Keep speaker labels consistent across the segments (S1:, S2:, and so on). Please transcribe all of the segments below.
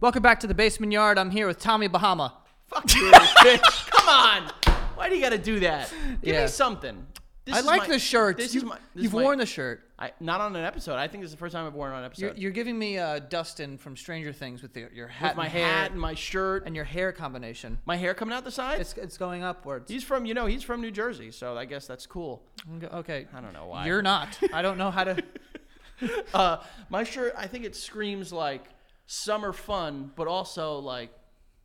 S1: Welcome back to the Basement Yard. I'm here with Tommy Bahama.
S2: Fuck you, bitch. Come on. Why do you got to do that? Give
S1: Yeah.
S2: me something. This
S1: I
S2: is
S1: like
S2: my-
S1: the shirt.
S2: This
S1: you,
S2: is my, this
S1: you've
S2: is my-
S1: worn the shirt.
S2: I, not on an episode. I think this is the first time I've worn it on an episode.
S1: You're, you're giving me uh, Dustin from Stranger Things with your, your hat,
S2: With my
S1: and hair,
S2: hat and my shirt
S1: and your hair combination.
S2: my hair coming out the side.
S1: It's it's going upwards.
S2: he's from, you know, he's from New Jersey, so I guess that's cool.
S1: Okay.
S2: I don't know why.
S1: You're not. I don't know how to.
S2: uh, my shirt, I think it screams like summer fun, but also like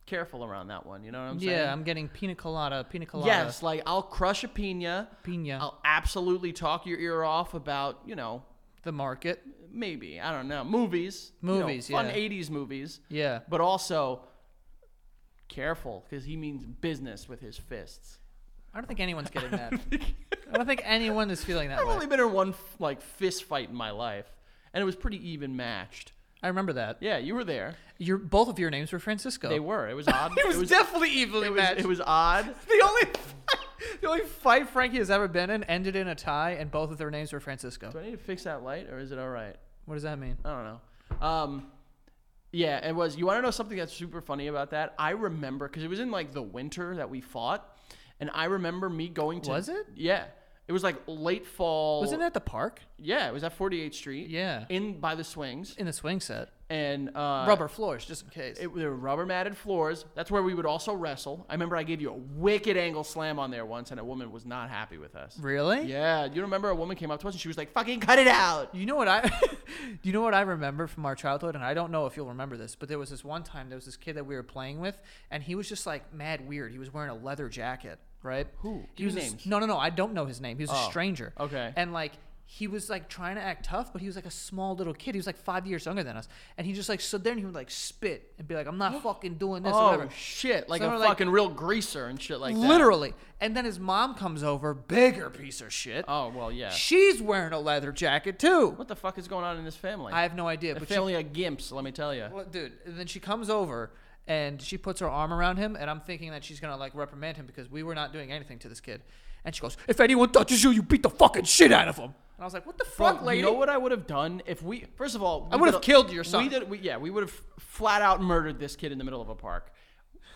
S2: careful around that one. You know what I'm saying?
S1: yeah, I'm getting pina colada. Pina colada.
S2: Yes, Oh. like I'll crush a pina.
S1: Pina.
S2: I'll absolutely talk your ear off about, you know,
S1: The market.
S2: maybe I don't know movies, you know,
S1: Movies, yeah.
S2: fun '80s movies,
S1: Yeah.
S2: but also careful because he means business with his fists.
S1: I don't think anyone's getting that. I don't think anyone is feeling that
S2: I've
S1: way.
S2: only been in one f- like fist fight in my life, and it was pretty even matched.
S1: I remember that.
S2: Yeah, you were there.
S1: Your both of your names were Francisco.
S2: They were. It Oh. was odd.
S1: It was, definitely evenly
S2: it was,
S1: matched.
S2: it was odd.
S1: the only the only fight Frankie has ever been in ended in a tie, and both of their names were Francisco.
S2: Do I need to fix that light, or is it all right?
S1: What does that mean?
S2: I don't know. Um, yeah, it was. You want to know something that's super funny about that? I remember because it was in like the winter that we fought, and I remember me going to.
S1: Was it?
S2: Yeah, it was like late fall.
S1: Wasn't it at the park
S2: Yeah, it was at 48th Street.
S1: Yeah.
S2: in by the swings
S1: in the swing set?
S2: and uh,
S1: Rubber floors, just in case.
S2: It, there were rubber matted floors. That's where we would also wrestle. I remember I gave you a wicked angle slam on there once, and a woman was not happy with us.
S1: really?
S2: Yeah, you remember a woman came up to us and she was like, "Fucking cut it out."
S1: You know what I? you know what I remember from our childhood, and I don't know if you'll remember this, but there was this one time there was this kid that we were playing with, and he was just like mad weird. He was wearing a leather jacket, right?
S2: Who?
S1: He
S2: Give
S1: was
S2: me
S1: a s-
S2: names.
S1: no, no, no. I don't know his name. He was
S2: Oh,
S1: a stranger.
S2: okay.
S1: And like he was like trying to act tough, but he was like a small little kid. He was like five years younger than us, and he just like stood there and he would like spit and be like, "I'm not fucking doing this." or
S2: Oh
S1: whatever.
S2: shit! Like
S1: So we're
S2: a
S1: like-
S2: fucking real greaser and shit like that.
S1: Literally. And then his mom comes over, bigger piece of shit.
S2: Oh well, yeah.
S1: She's wearing a leather jacket too.
S2: What the fuck is going on in this family?
S1: I have no idea,
S2: the
S1: but she
S2: family of gimps, let me tell you.
S1: Well, dude, and then she comes over and she puts her arm around him, and I'm thinking that she's gonna like reprimand him because we were not doing anything to this kid. And she goes, "If anyone touches you, you beat the fucking shit out of him." And I was like, "What the fuck, lady?"
S2: You know what I would have done if we? First of all, we
S1: I would have
S2: did a-
S1: killed your son.
S2: We did, we, yeah, we would have flat out murdered this kid in the middle of a park.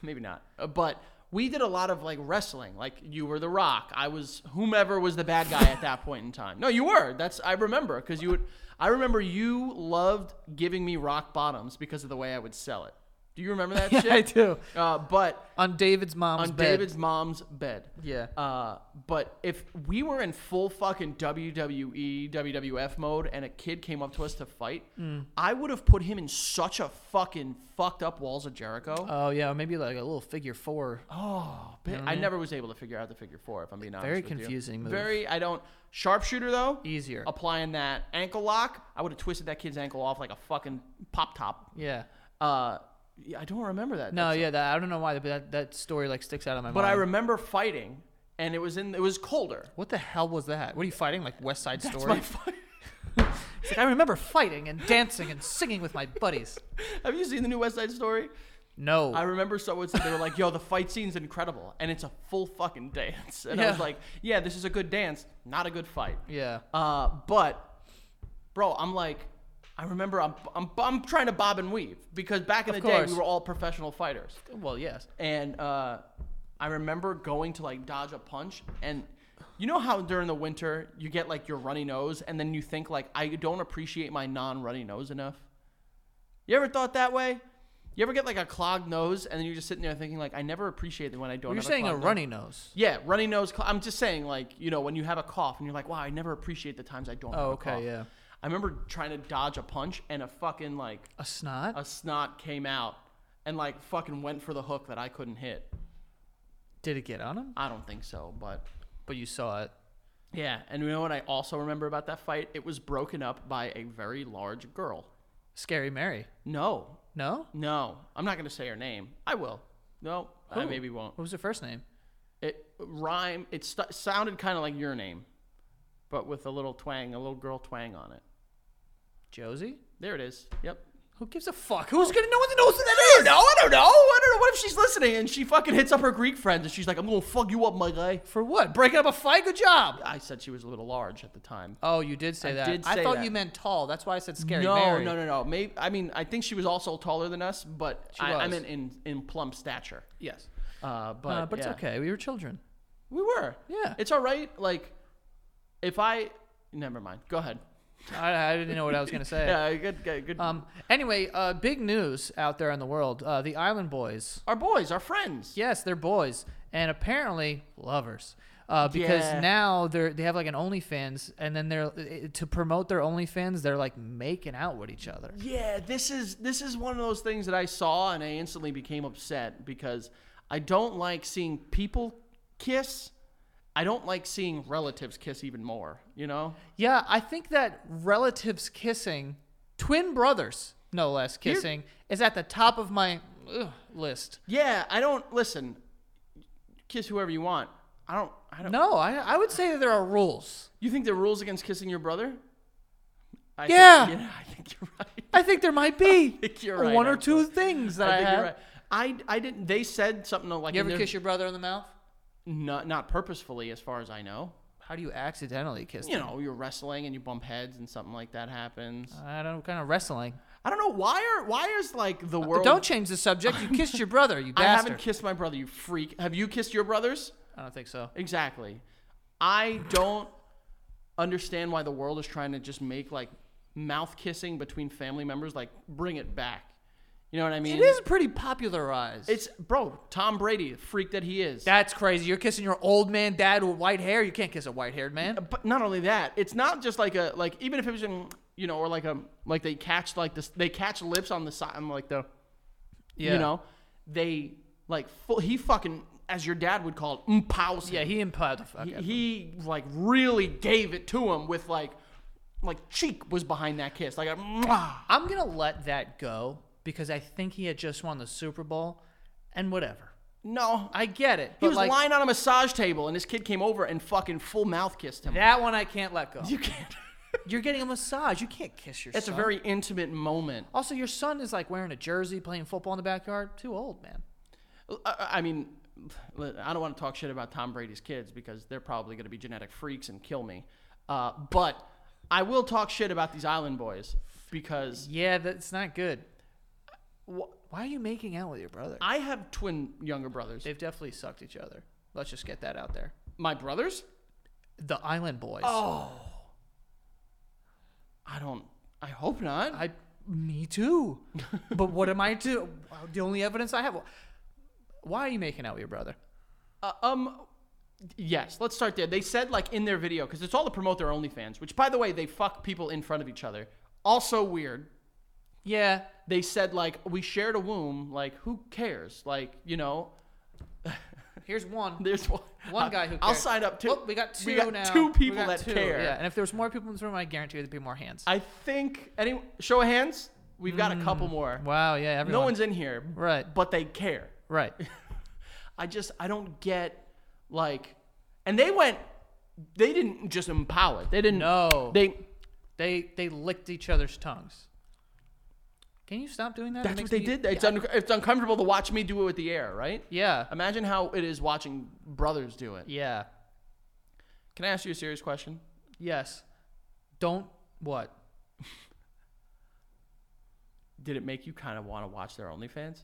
S2: Maybe not, Uh, but we did a lot of like wrestling. Like you were the Rock, I was whomever was the bad guy at that point in time. No, you were. That's I remember because you would. I remember you loved giving me rock bottoms because of the way I would sell it. Do you remember that shit?
S1: I do.
S2: Uh, but
S1: On David's mom's
S2: on
S1: bed.
S2: David's mom's bed.
S1: Yeah.
S2: Uh, but if we were in full fucking E, WWE, WWF mode and a kid came up to us to fight,
S1: Mm.
S2: I would have put him in such a fucking fucked up walls of Jericho.
S1: Oh yeah, maybe like a little figure four.
S2: oh, bi- I never was able to figure out the figure four, if I'm being honest.
S1: Very
S2: with you.
S1: confusing move.
S2: Very, I don't. Sharpshooter, though,
S1: Easier.
S2: applying that ankle lock, I would have twisted that kid's ankle off like a fucking pop top.
S1: Yeah.
S2: Uh, yeah, I don't remember that.
S1: No, yeah, that, I don't know why, but that, that story like sticks out of my
S2: But
S1: mind.
S2: I remember fighting, and it was in it was colder.
S1: what the hell was that? What are you fighting? Like West Side
S2: That's
S1: Story?
S2: my fight.
S1: It's like I remember fighting and dancing and singing with my buddies.
S2: Have you seen the new West Side Story?
S1: No.
S2: I remember someone said they were like, "Yo, the fight scene's incredible, and it's a full fucking dance." And I was
S1: Yeah.
S2: like, "Yeah, this is a good dance, not a good fight."
S1: yeah.
S2: Uh, but, bro, I'm like, I remember I'm I'm, I'm trying to bob and weave because back in
S1: Of
S2: the day
S1: course.
S2: we were all professional fighters,
S1: Well, yes.
S2: and uh, I remember going to like dodge a punch and. You know how during the winter you get like your runny nose, and then you think like I don't appreciate my non-runny nose enough. You ever thought that way? You ever get like a clogged nose and then you're just sitting there thinking like I never appreciate it when I don't.
S1: You're
S2: have
S1: saying a
S2: clogged
S1: runny nose.
S2: Nose. Yeah, runny nose. Cl- I'm just saying like you know when you have a cough and you're like wow I never appreciate the times I don't. have
S1: Oh,
S2: a
S1: okay,
S2: cough."
S1: yeah.
S2: I remember trying to dodge a punch and a fucking like
S1: A snot?
S2: a snot came out and like fucking went for the hook that I couldn't hit.
S1: Did it get on him?
S2: I don't think so, but
S1: But you saw it.
S2: yeah. And you know what I also remember about that fight? It was broken up by a very large girl.
S1: Scary Mary.
S2: No,
S1: No?
S2: no, I'm not gonna say her name. I will. No, I maybe won't.
S1: What was her first name?
S2: It rhyme. It st- sounded kind of like your name, but with a little twang, a little girl twang on it.
S1: Josie?
S2: There it is. Yep.
S1: Who gives a fuck? Who's gonna? No one knows who
S2: I
S1: that
S2: don't
S1: is.
S2: know. I don't know. I don't know. What if she's listening and she fucking hits up her Greek friends and she's like, "I'm gonna fuck you up, my guy."
S1: For what? Breaking up a fight? Good job.
S2: I said she was a little large at the time.
S1: Oh, you did say
S2: I
S1: that.
S2: did
S1: I
S2: say
S1: thought
S2: that.
S1: you meant tall. That's why I said scary
S2: no,
S1: Mary.
S2: no, no, no. Maybe I mean I think she was also taller than us, but I, I
S1: was.
S2: meant in in plump stature. Yes, uh, but
S1: Uh, but
S2: yeah.
S1: it's okay. We were children.
S2: We were.
S1: Yeah.
S2: it's all right. Like if I never mind. Go ahead.
S1: I, I didn't know what I was gonna say.
S2: Yeah, good, good, good.
S1: Um. Anyway, uh, big news out there in the world. Uh, the Island Boys.
S2: our boys, our friends.
S1: Yes, they're boys, and apparently lovers. Uh, because
S2: Yeah.
S1: now they're they have like an OnlyFans, and then they're eh, to promote their OnlyFans, they're like making out with each other.
S2: Yeah, this is this is one of those things that I saw and I instantly became upset because I don't like seeing people kiss. I don't like seeing relatives kiss even more, you know?
S1: Yeah, I think that relatives kissing, twin brothers no less kissing, is at the top of my ugh, list.
S2: Yeah, I don't listen. Kiss whoever you want. I don't I don't
S1: No, I I would say that there are rules.
S2: You think there are rules against kissing your brother? I
S1: Yeah.
S2: Think, yeah, I think you're right.
S1: I think there might be
S2: think you're right,
S1: one or
S2: actually.
S1: two things that I,
S2: I think
S1: have.
S2: you're right. I, I didn't they said something like
S1: You ever
S2: in their-
S1: kiss your brother in the mouth?
S2: not not purposefully as far as I know.
S1: How do you accidentally kiss?
S2: You
S1: them?
S2: know, you're wrestling and you bump heads and something like that happens.
S1: I don't kind of wrestling.
S2: I don't know why are why is like the world.
S1: Uh, Don't change the subject. You kissed your brother, you
S2: I
S1: bastard.
S2: haven't kissed my brother. You freak. Have you kissed your brothers?
S1: I don't think so.
S2: Exactly. I don't understand why the world is trying to just make like mouth kissing between family members like bring it back. You know what I mean?
S1: It is pretty popularized.
S2: It's bro. Tom Brady, the freak that he is.
S1: That's crazy. You're kissing your old man dad with white hair. You can't kiss a white-haired man.
S2: but not only that, it's not just like a like even if it was in you know or like a like they catch like this they catch lips on the side on like the
S1: Yeah.
S2: you know they like full, he fucking as your dad would call it mpows
S1: Yeah,
S2: him.
S1: he impaled the fuck. out of-
S2: he like really gave it to him with like like cheek was behind that kiss like a Mwah.
S1: I'm gonna let that go because I think he had just won the Super Bowl, and whatever.
S2: no
S1: I get it.
S2: he
S1: but,
S2: was
S1: like,
S2: lying on a massage table and this kid came over and fucking full mouth kissed him
S1: That one I can't let go.
S2: you can't
S1: You're getting a massage. You can't kiss your.
S2: it's a
S1: son.
S2: very intimate moment
S1: Also, your son is like wearing a jersey, playing football in the backyard. Too old, man.
S2: I, I mean, I don't want to talk shit about Tom Brady's kids because they're probably going to be genetic freaks and kill me. Uh, but I will talk shit about these island boys because
S1: Yeah, that's not good.
S2: wh-
S1: Why are you making out with your brother?
S2: I have twin younger brothers.
S1: They've definitely sucked each other. Let's just get that out there.
S2: My brothers?
S1: The Island Boys.
S2: Oh. I don't. I hope not.
S1: I, me too. but what am I to? The only evidence I have. Why are you making out with your brother?
S2: Uh, um, yes. Let's start there. They said like in their video because it's all to promote their OnlyFans, which by the way they fuck people in front of each other. Also weird.
S1: Yeah,
S2: They said like we shared a womb. Like who cares? Like you know.
S1: here's one.
S2: There's one,
S1: One guy who. Cares.
S2: I'll sign up too.
S1: Oh, we got two
S2: We got
S1: now.
S2: two
S1: We
S2: people
S1: got
S2: that
S1: two,
S2: care.
S1: Yeah, and if there's more people in this room, I guarantee there'd be more hands.
S2: I think any show of hands. We've got
S1: Mm.
S2: a couple more.
S1: wow. Yeah. Everyone.
S2: No one's in here,
S1: Right.
S2: but they care.
S1: Right.
S2: I just I don't get like, and they went. They didn't just empower. it. They didn't.
S1: No. They
S2: They.
S1: they, licked each other's tongues. Can you stop doing that? It
S2: That's
S1: makes
S2: what they
S1: me-
S2: did. It's un, it's uncomfortable to watch me do it with the air, right?
S1: Yeah.
S2: Imagine how it is watching brothers do it.
S1: Yeah.
S2: Can I ask you a serious question?
S1: Yes. Don't what?
S2: did it make you kind of want to watch their OnlyFans?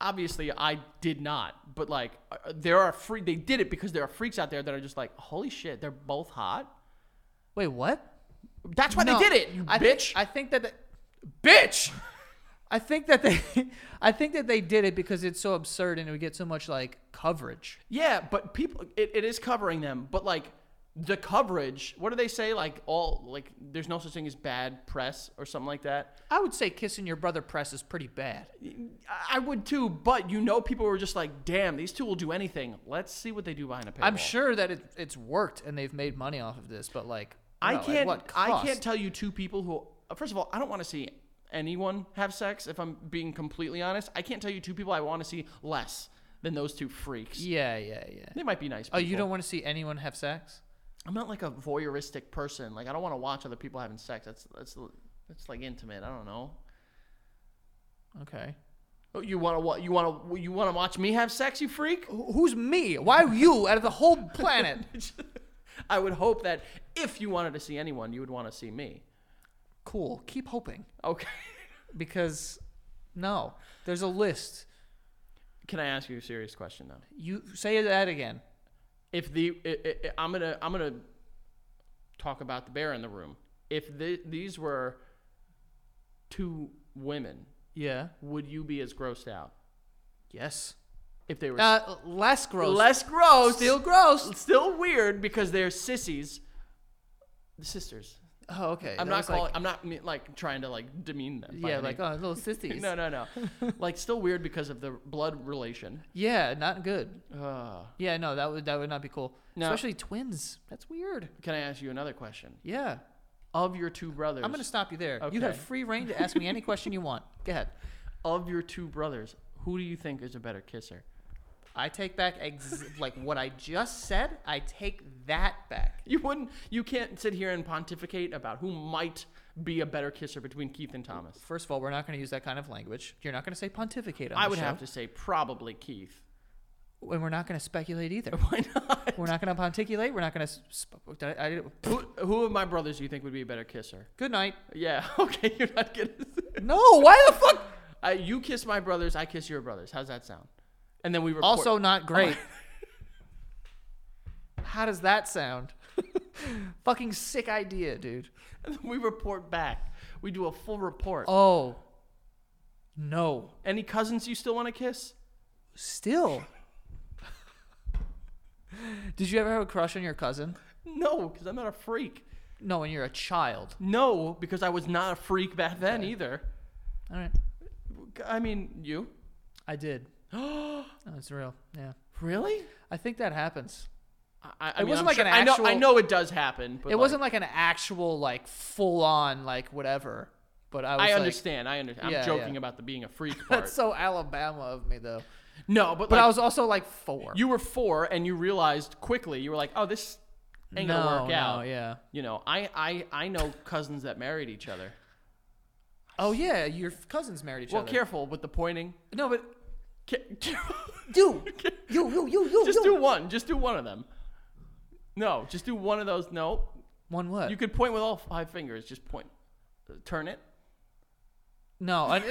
S2: Obviously, I did not. But like, uh, there are free. They did it because there are freaks out there that are just like, holy shit, they're both hot.
S1: Wait, what?
S2: That's why
S1: No.
S2: they did it, you
S1: I think-
S2: bitch.
S1: I think that, the- bitch. I think that they, I think that they did it because it's so absurd and we get so much like coverage.
S2: yeah, but people, it, it is covering them. But like, the coverage. What do they say? Like all like, there's no such thing as bad press or something like that.
S1: I would say kissing your brother press is pretty bad.
S2: I- I would too, but you know, people were just like, damn, these two will do anything. Let's see what they do behind a paywall.
S1: I'm sure that it, it's worked and they've made money off of this, but like,
S2: I
S1: no, at
S2: can't.
S1: what
S2: I
S1: cost?
S2: can't tell you two people who. uh, First of all, I don't want to see anyone have sex. If I'm being completely honest, I can't tell you two people I want to see less than those two freaks.
S1: Yeah, yeah, yeah.
S2: They might be nice. People.
S1: Oh, you don't want to see anyone have sex?
S2: I'm not like a voyeuristic person. Like I don't want to watch other people having sex. That's that's It's like intimate. I don't know.
S1: Okay.
S2: Oh, You want to what? You want to you want to watch me have sex, you freak?
S1: Wh- Who's me? Why you out of the whole planet?
S2: I would hope that if you wanted to see anyone, you would want to see me.
S1: cool. Keep hoping
S2: Okay.
S1: because no, there's a list.
S2: Can I ask you a serious question though?
S1: You say that again.
S2: If the i i i- I'm gonna I'm gonna talk about the bear in the room. If the, these were two women,
S1: Yeah.
S2: would you be as grossed out?
S1: Yes.
S2: If they were
S1: Uh, less gross.
S2: less gross,
S1: Still gross.
S2: still weird because they're sissies. The sisters.
S1: Oh, okay.
S2: I'm
S1: That
S2: not
S1: was like-
S2: calling. I'm not me- like trying to like demean them. by
S1: yeah,
S2: any-
S1: like oh, little sissies.
S2: no, no, no. like still weird because of the blood relation.
S1: Yeah, not good.
S2: Uh,
S1: Yeah, no, that would that would not be cool.
S2: No.
S1: Especially twins. That's weird.
S2: can I ask you another question?
S1: Yeah.
S2: Of your two brothers,
S1: I'm going to stop you there. You have
S2: Okay.
S1: free reign to ask me any question you want. Go ahead.
S2: of your two brothers, who do you think is a better kisser?
S1: I take back ex- like what I just said. I take that back.
S2: You wouldn't. You can't sit here and pontificate about who might be a better kisser between Keith and Thomas.
S1: First of all, we're not going to use that kind of language. You're not going to say pontificate on
S2: I
S1: the
S2: would
S1: show.
S2: have to say probably Keith.
S1: And we're not going to speculate either.
S2: Why not?
S1: we're not going to ponticulate. We're not going to. Sp- did I, I, did-
S2: who, who of my brothers do you think would be a better kisser?
S1: good night.
S2: Yeah. Okay. You're not gonna.
S1: No, why the fuck?
S2: Uh, you kiss my brothers, I kiss your brothers. How's that sound? And then we record.
S1: Also, not great. How does that sound? Fucking sick idea, dude.
S2: and then we report back. We do a full report.
S1: Oh. No.
S2: Any cousins you still want to kiss?
S1: Still. Did you ever have a crush on your cousin?
S2: No, because I'm not a freak.
S1: No, when you're a child.
S2: No, because I was not a freak back then either.
S1: All right.
S2: I mean, you.
S1: I did. Oh, it's real. Yeah.
S2: really?
S1: I think that happens.
S2: I, I it
S1: wasn't like an
S2: I know, I
S1: actual-
S2: know it does happen. But
S1: it
S2: like,
S1: wasn't like an actual, like, full on, like, whatever. But I was
S2: I
S1: like,
S2: understand. I understand. I'm
S1: Yeah,
S2: joking
S1: yeah.
S2: about the being a freak part.
S1: that's so Alabama of me, though.
S2: no, but,
S1: But
S2: like,
S1: I was also like four.
S2: you were four and you realized quickly. You were like, oh, this ain't gonna work out.
S1: yeah.
S2: You know, I, I, I know cousins that married each other.
S1: Oh yeah, your f- cousins married each
S2: Well,
S1: other.
S2: careful with the pointing.
S1: no, but
S2: Ca-
S1: you, you, you, you, you,
S2: just
S1: you.
S2: do one. Just do one of them. No, just do one of those. No,
S1: one what?
S2: you could point with all five fingers. Just point. Turn it.
S1: no, I,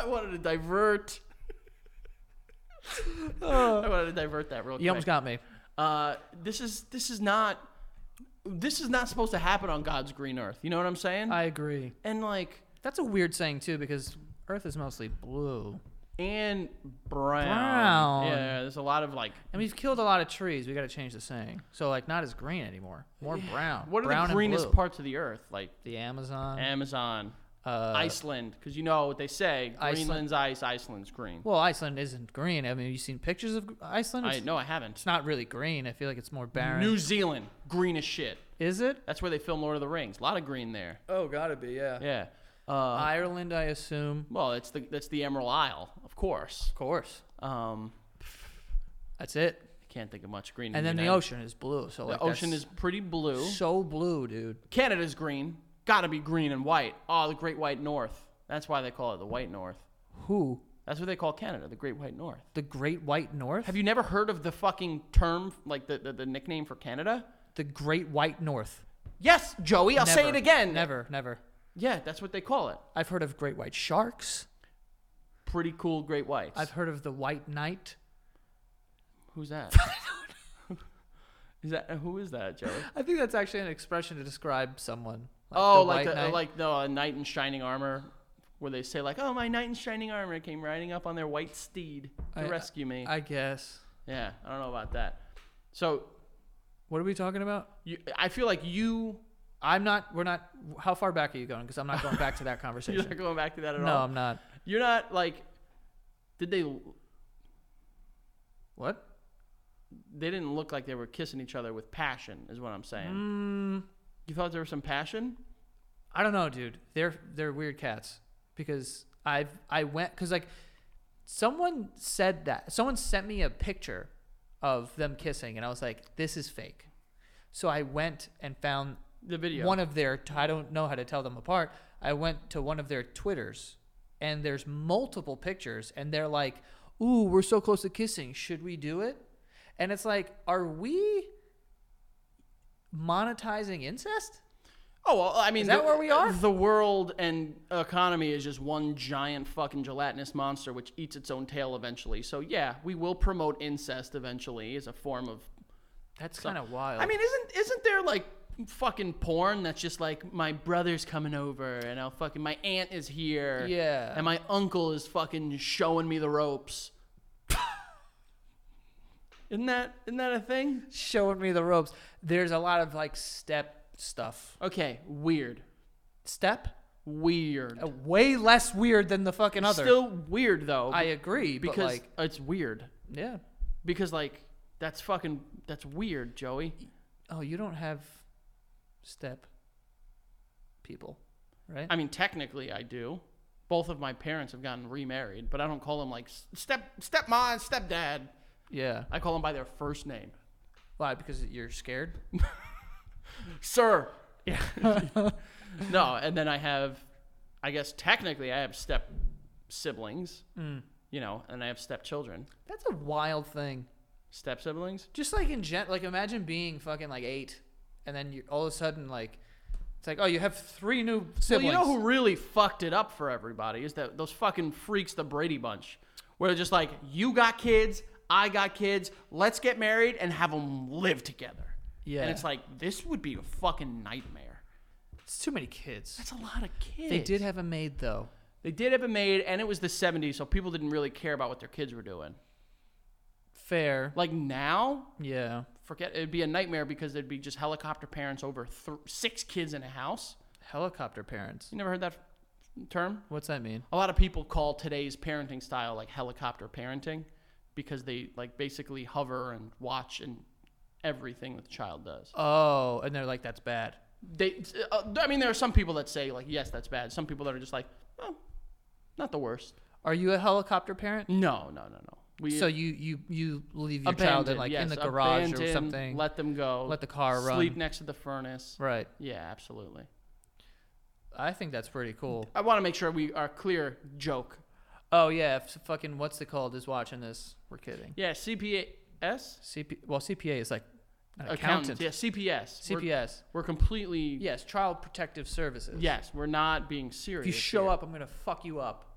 S2: I wanted to divert. I wanted to divert that real quick.
S1: Uh. you almost got me.
S2: uh, this is this is not this is not supposed to happen on God's green earth. You know what I'm saying?
S1: I agree.
S2: and like
S1: That's a weird saying too, because Earth is mostly blue,
S2: and brown.
S1: Brown.
S2: Yeah, there's a lot of like.
S1: and we've killed a lot of trees. We got to change the saying. So like, not as green anymore, more brown.
S2: What are
S1: brown
S2: the
S1: and
S2: greenest
S1: blue.
S2: parts of the earth? Like
S1: The Amazon.
S2: Amazon,
S1: uh,
S2: Iceland, because you know what they say:
S1: Iceland-
S2: Greenland's ice, Iceland's green.
S1: well, Iceland isn't green. I mean, have you seen pictures of Iceland? It's,
S2: I no, I haven't.
S1: it's not really green. I feel like it's more barren.
S2: New Zealand, green as shit.
S1: is it?
S2: That's where they film Lord of the Rings. A lot of green there.
S1: Oh, gotta be. yeah.
S2: Yeah. Uh,
S1: Ireland, I assume.
S2: well, it's the that's the Emerald Isle, of course.
S1: Of course.
S2: Um,
S1: That's it.
S2: I can't think of much green.
S1: And
S2: in
S1: then the
S2: United-
S1: ocean is blue. So like
S2: The ocean
S1: that's
S2: is pretty blue.
S1: so blue, dude.
S2: Canada's green. Gotta be green and white. Oh, the Great White North. That's why they call it the White North.
S1: Who?
S2: That's what they call Canada, the Great White North.
S1: The Great White North?
S2: Have you never heard of the fucking term, like the, the, the nickname for Canada?
S1: the Great White North.
S2: Yes, Joey, I'll say it
S1: Never.
S2: again.
S1: Never, never.
S2: Yeah, that's what they call it.
S1: I've heard of Great White Sharks.
S2: Pretty cool Great Whites.
S1: I've heard of the White Knight.
S2: Who's that? is that uh, who is that, Joey?
S1: I think that's actually an expression to describe someone. the
S2: oh, like
S1: White
S2: the,
S1: Knight.
S2: like the uh, knight in shining armor, where they say like, "Oh, my knight in shining armor came riding up on their white steed to
S1: I- uh,
S2: rescue me."
S1: I guess.
S2: yeah, I don't know about that. So
S1: What are we talking about?
S2: you, I feel like you
S1: I'm not. We're not. How far back are you going? Because I'm not going back to that
S2: you're
S1: conversation.
S2: not going back to that at
S1: no,
S2: all.
S1: I'm not.
S2: You're not like, did they?
S1: What?
S2: They didn't look like they were kissing each other with passion, is what I'm saying.
S1: Mm.
S2: You thought there was some passion?
S1: I don't know, dude. They're they're weird cats because I've I went because like someone said that someone sent me a picture of them kissing and I was like, this is fake. So I went and found
S2: The video.
S1: one of their I don't know how to tell them apart. I went to one of their Twitters and there's multiple pictures and they're like, "Ooh, we're so close to kissing. Should we do it?" And it's like, "Are we monetizing incest?"
S2: Oh well, I mean,
S1: Is that
S2: the-
S1: where we are?
S2: The world and economy is just one giant fucking gelatinous monster which eats its own tail eventually. So yeah, we will promote incest eventually as a form of.
S1: That's kind of wild.
S2: I mean, isn't isn't there like fucking porn that's just like my brother's coming over and I'll fucking my aunt is here.
S1: Yeah.
S2: And my uncle is fucking showing me the ropes. isn't that isn't that a thing?
S1: showing me the ropes. There's a lot of like step stuff.
S2: Okay, weird,
S1: Step
S2: weird.
S1: Uh, way less weird than the fucking other.
S2: Still weird though.
S1: I agree
S2: because
S1: but like
S2: it's weird.
S1: yeah.
S2: Because like that's fucking that's weird, Joey.
S1: Oh, you don't have step people, right?
S2: I mean, technically I do. Both of my parents have gotten remarried, but I don't call them like s- step stepma and stepdad.
S1: yeah.
S2: I call them by their first name,
S1: Why? Because you're scared?
S2: sir. Yeah. no, and then I have, I guess technically I have step siblings,
S1: Mm.
S2: you know, and I have stepchildren,
S1: That's a wild thing.
S2: step siblings.
S1: Just like in gen, like imagine being fucking like eight, and then you all of a sudden like, it's like oh you have three new
S2: Well,
S1: siblings.
S2: you know who really fucked it up for everybody is that those fucking freaks, the Brady Bunch, where they're just like, you got kids, I got kids, let's get married and have them live together.
S1: Yeah.
S2: and it's like this would be a fucking nightmare.
S1: it's too many kids.
S2: That's a lot of kids.
S1: They did have a maid though.
S2: they did have a maid, and it was the '70s, so people didn't really care about what their kids were doing.
S1: Fair.
S2: Like now,
S1: Yeah.
S2: forget it'd be a nightmare because there'd be just helicopter parents over th- six kids in a house.
S1: Helicopter parents.
S2: You never heard that f- term?
S1: What's that mean?
S2: a lot of people call today's parenting style like helicopter parenting because they like basically hover and watch and everything that the child does.
S1: Oh, and they're like that's bad.
S2: They, uh, I mean, there are some people that say like, yes, that's bad. Some people that are just like, oh, not the worst.
S1: Are you a helicopter parent?
S2: No, no, no, no. We
S1: So you you you leave your child in
S2: abandon,
S1: like in
S2: yes,
S1: the garage or
S2: abandon,
S1: something.
S2: Let them go.
S1: Let the car run.
S2: Sleep next to the furnace.
S1: right.
S2: Yeah, absolutely.
S1: I think that's pretty cool.
S2: I want to make sure we are clear. Joke.
S1: Oh yeah, if fucking what's it called is watching this. We're kidding.
S2: Yeah, CPS.
S1: CP well CPA is like an accountant.
S2: Accountant. Yeah, CPS. We're-
S1: CPS.
S2: We're completely
S1: Yes, Child Protective Services.
S2: Yes, we're not being serious.
S1: If you show
S2: here.
S1: up, I'm gonna fuck you up.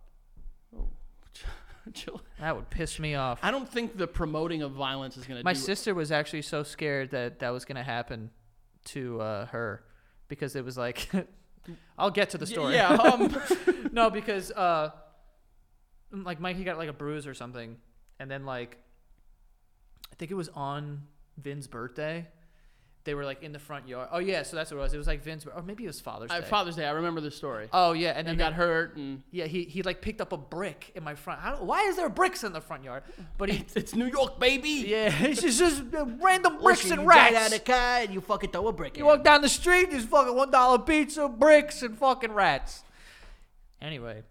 S2: Chill.
S1: That would piss me off.
S2: I don't think the promoting of violence is going to
S1: My
S2: do
S1: sister was actually so scared that that was gonna happen to uh, her because it was like, I'll get to the
S2: Y-
S1: story.
S2: Yeah, um,
S1: no, because uh, mm, like Mikey got like a bruise or something, and then like I think it was on Vin's birthday. They were like in the front yard. Oh yeah, so that's what it was. It was like Vin's, or maybe it was Father's
S2: I-
S1: Day.
S2: Father's Day. I remember this story.
S1: oh yeah, and then
S2: he
S1: they-
S2: got hurt, and
S1: yeah, he, he like picked up a brick in my front. I don't, why is there bricks in the front yard? But he
S2: it's New York, baby.
S1: yeah, it's just, just random bricks
S2: Listen,
S1: and
S2: you get
S1: rats.
S2: out of the car and you fucking throw a brick.
S1: You walk down the street, there's fucking one dollar pizza, bricks, and fucking rats. Anyway,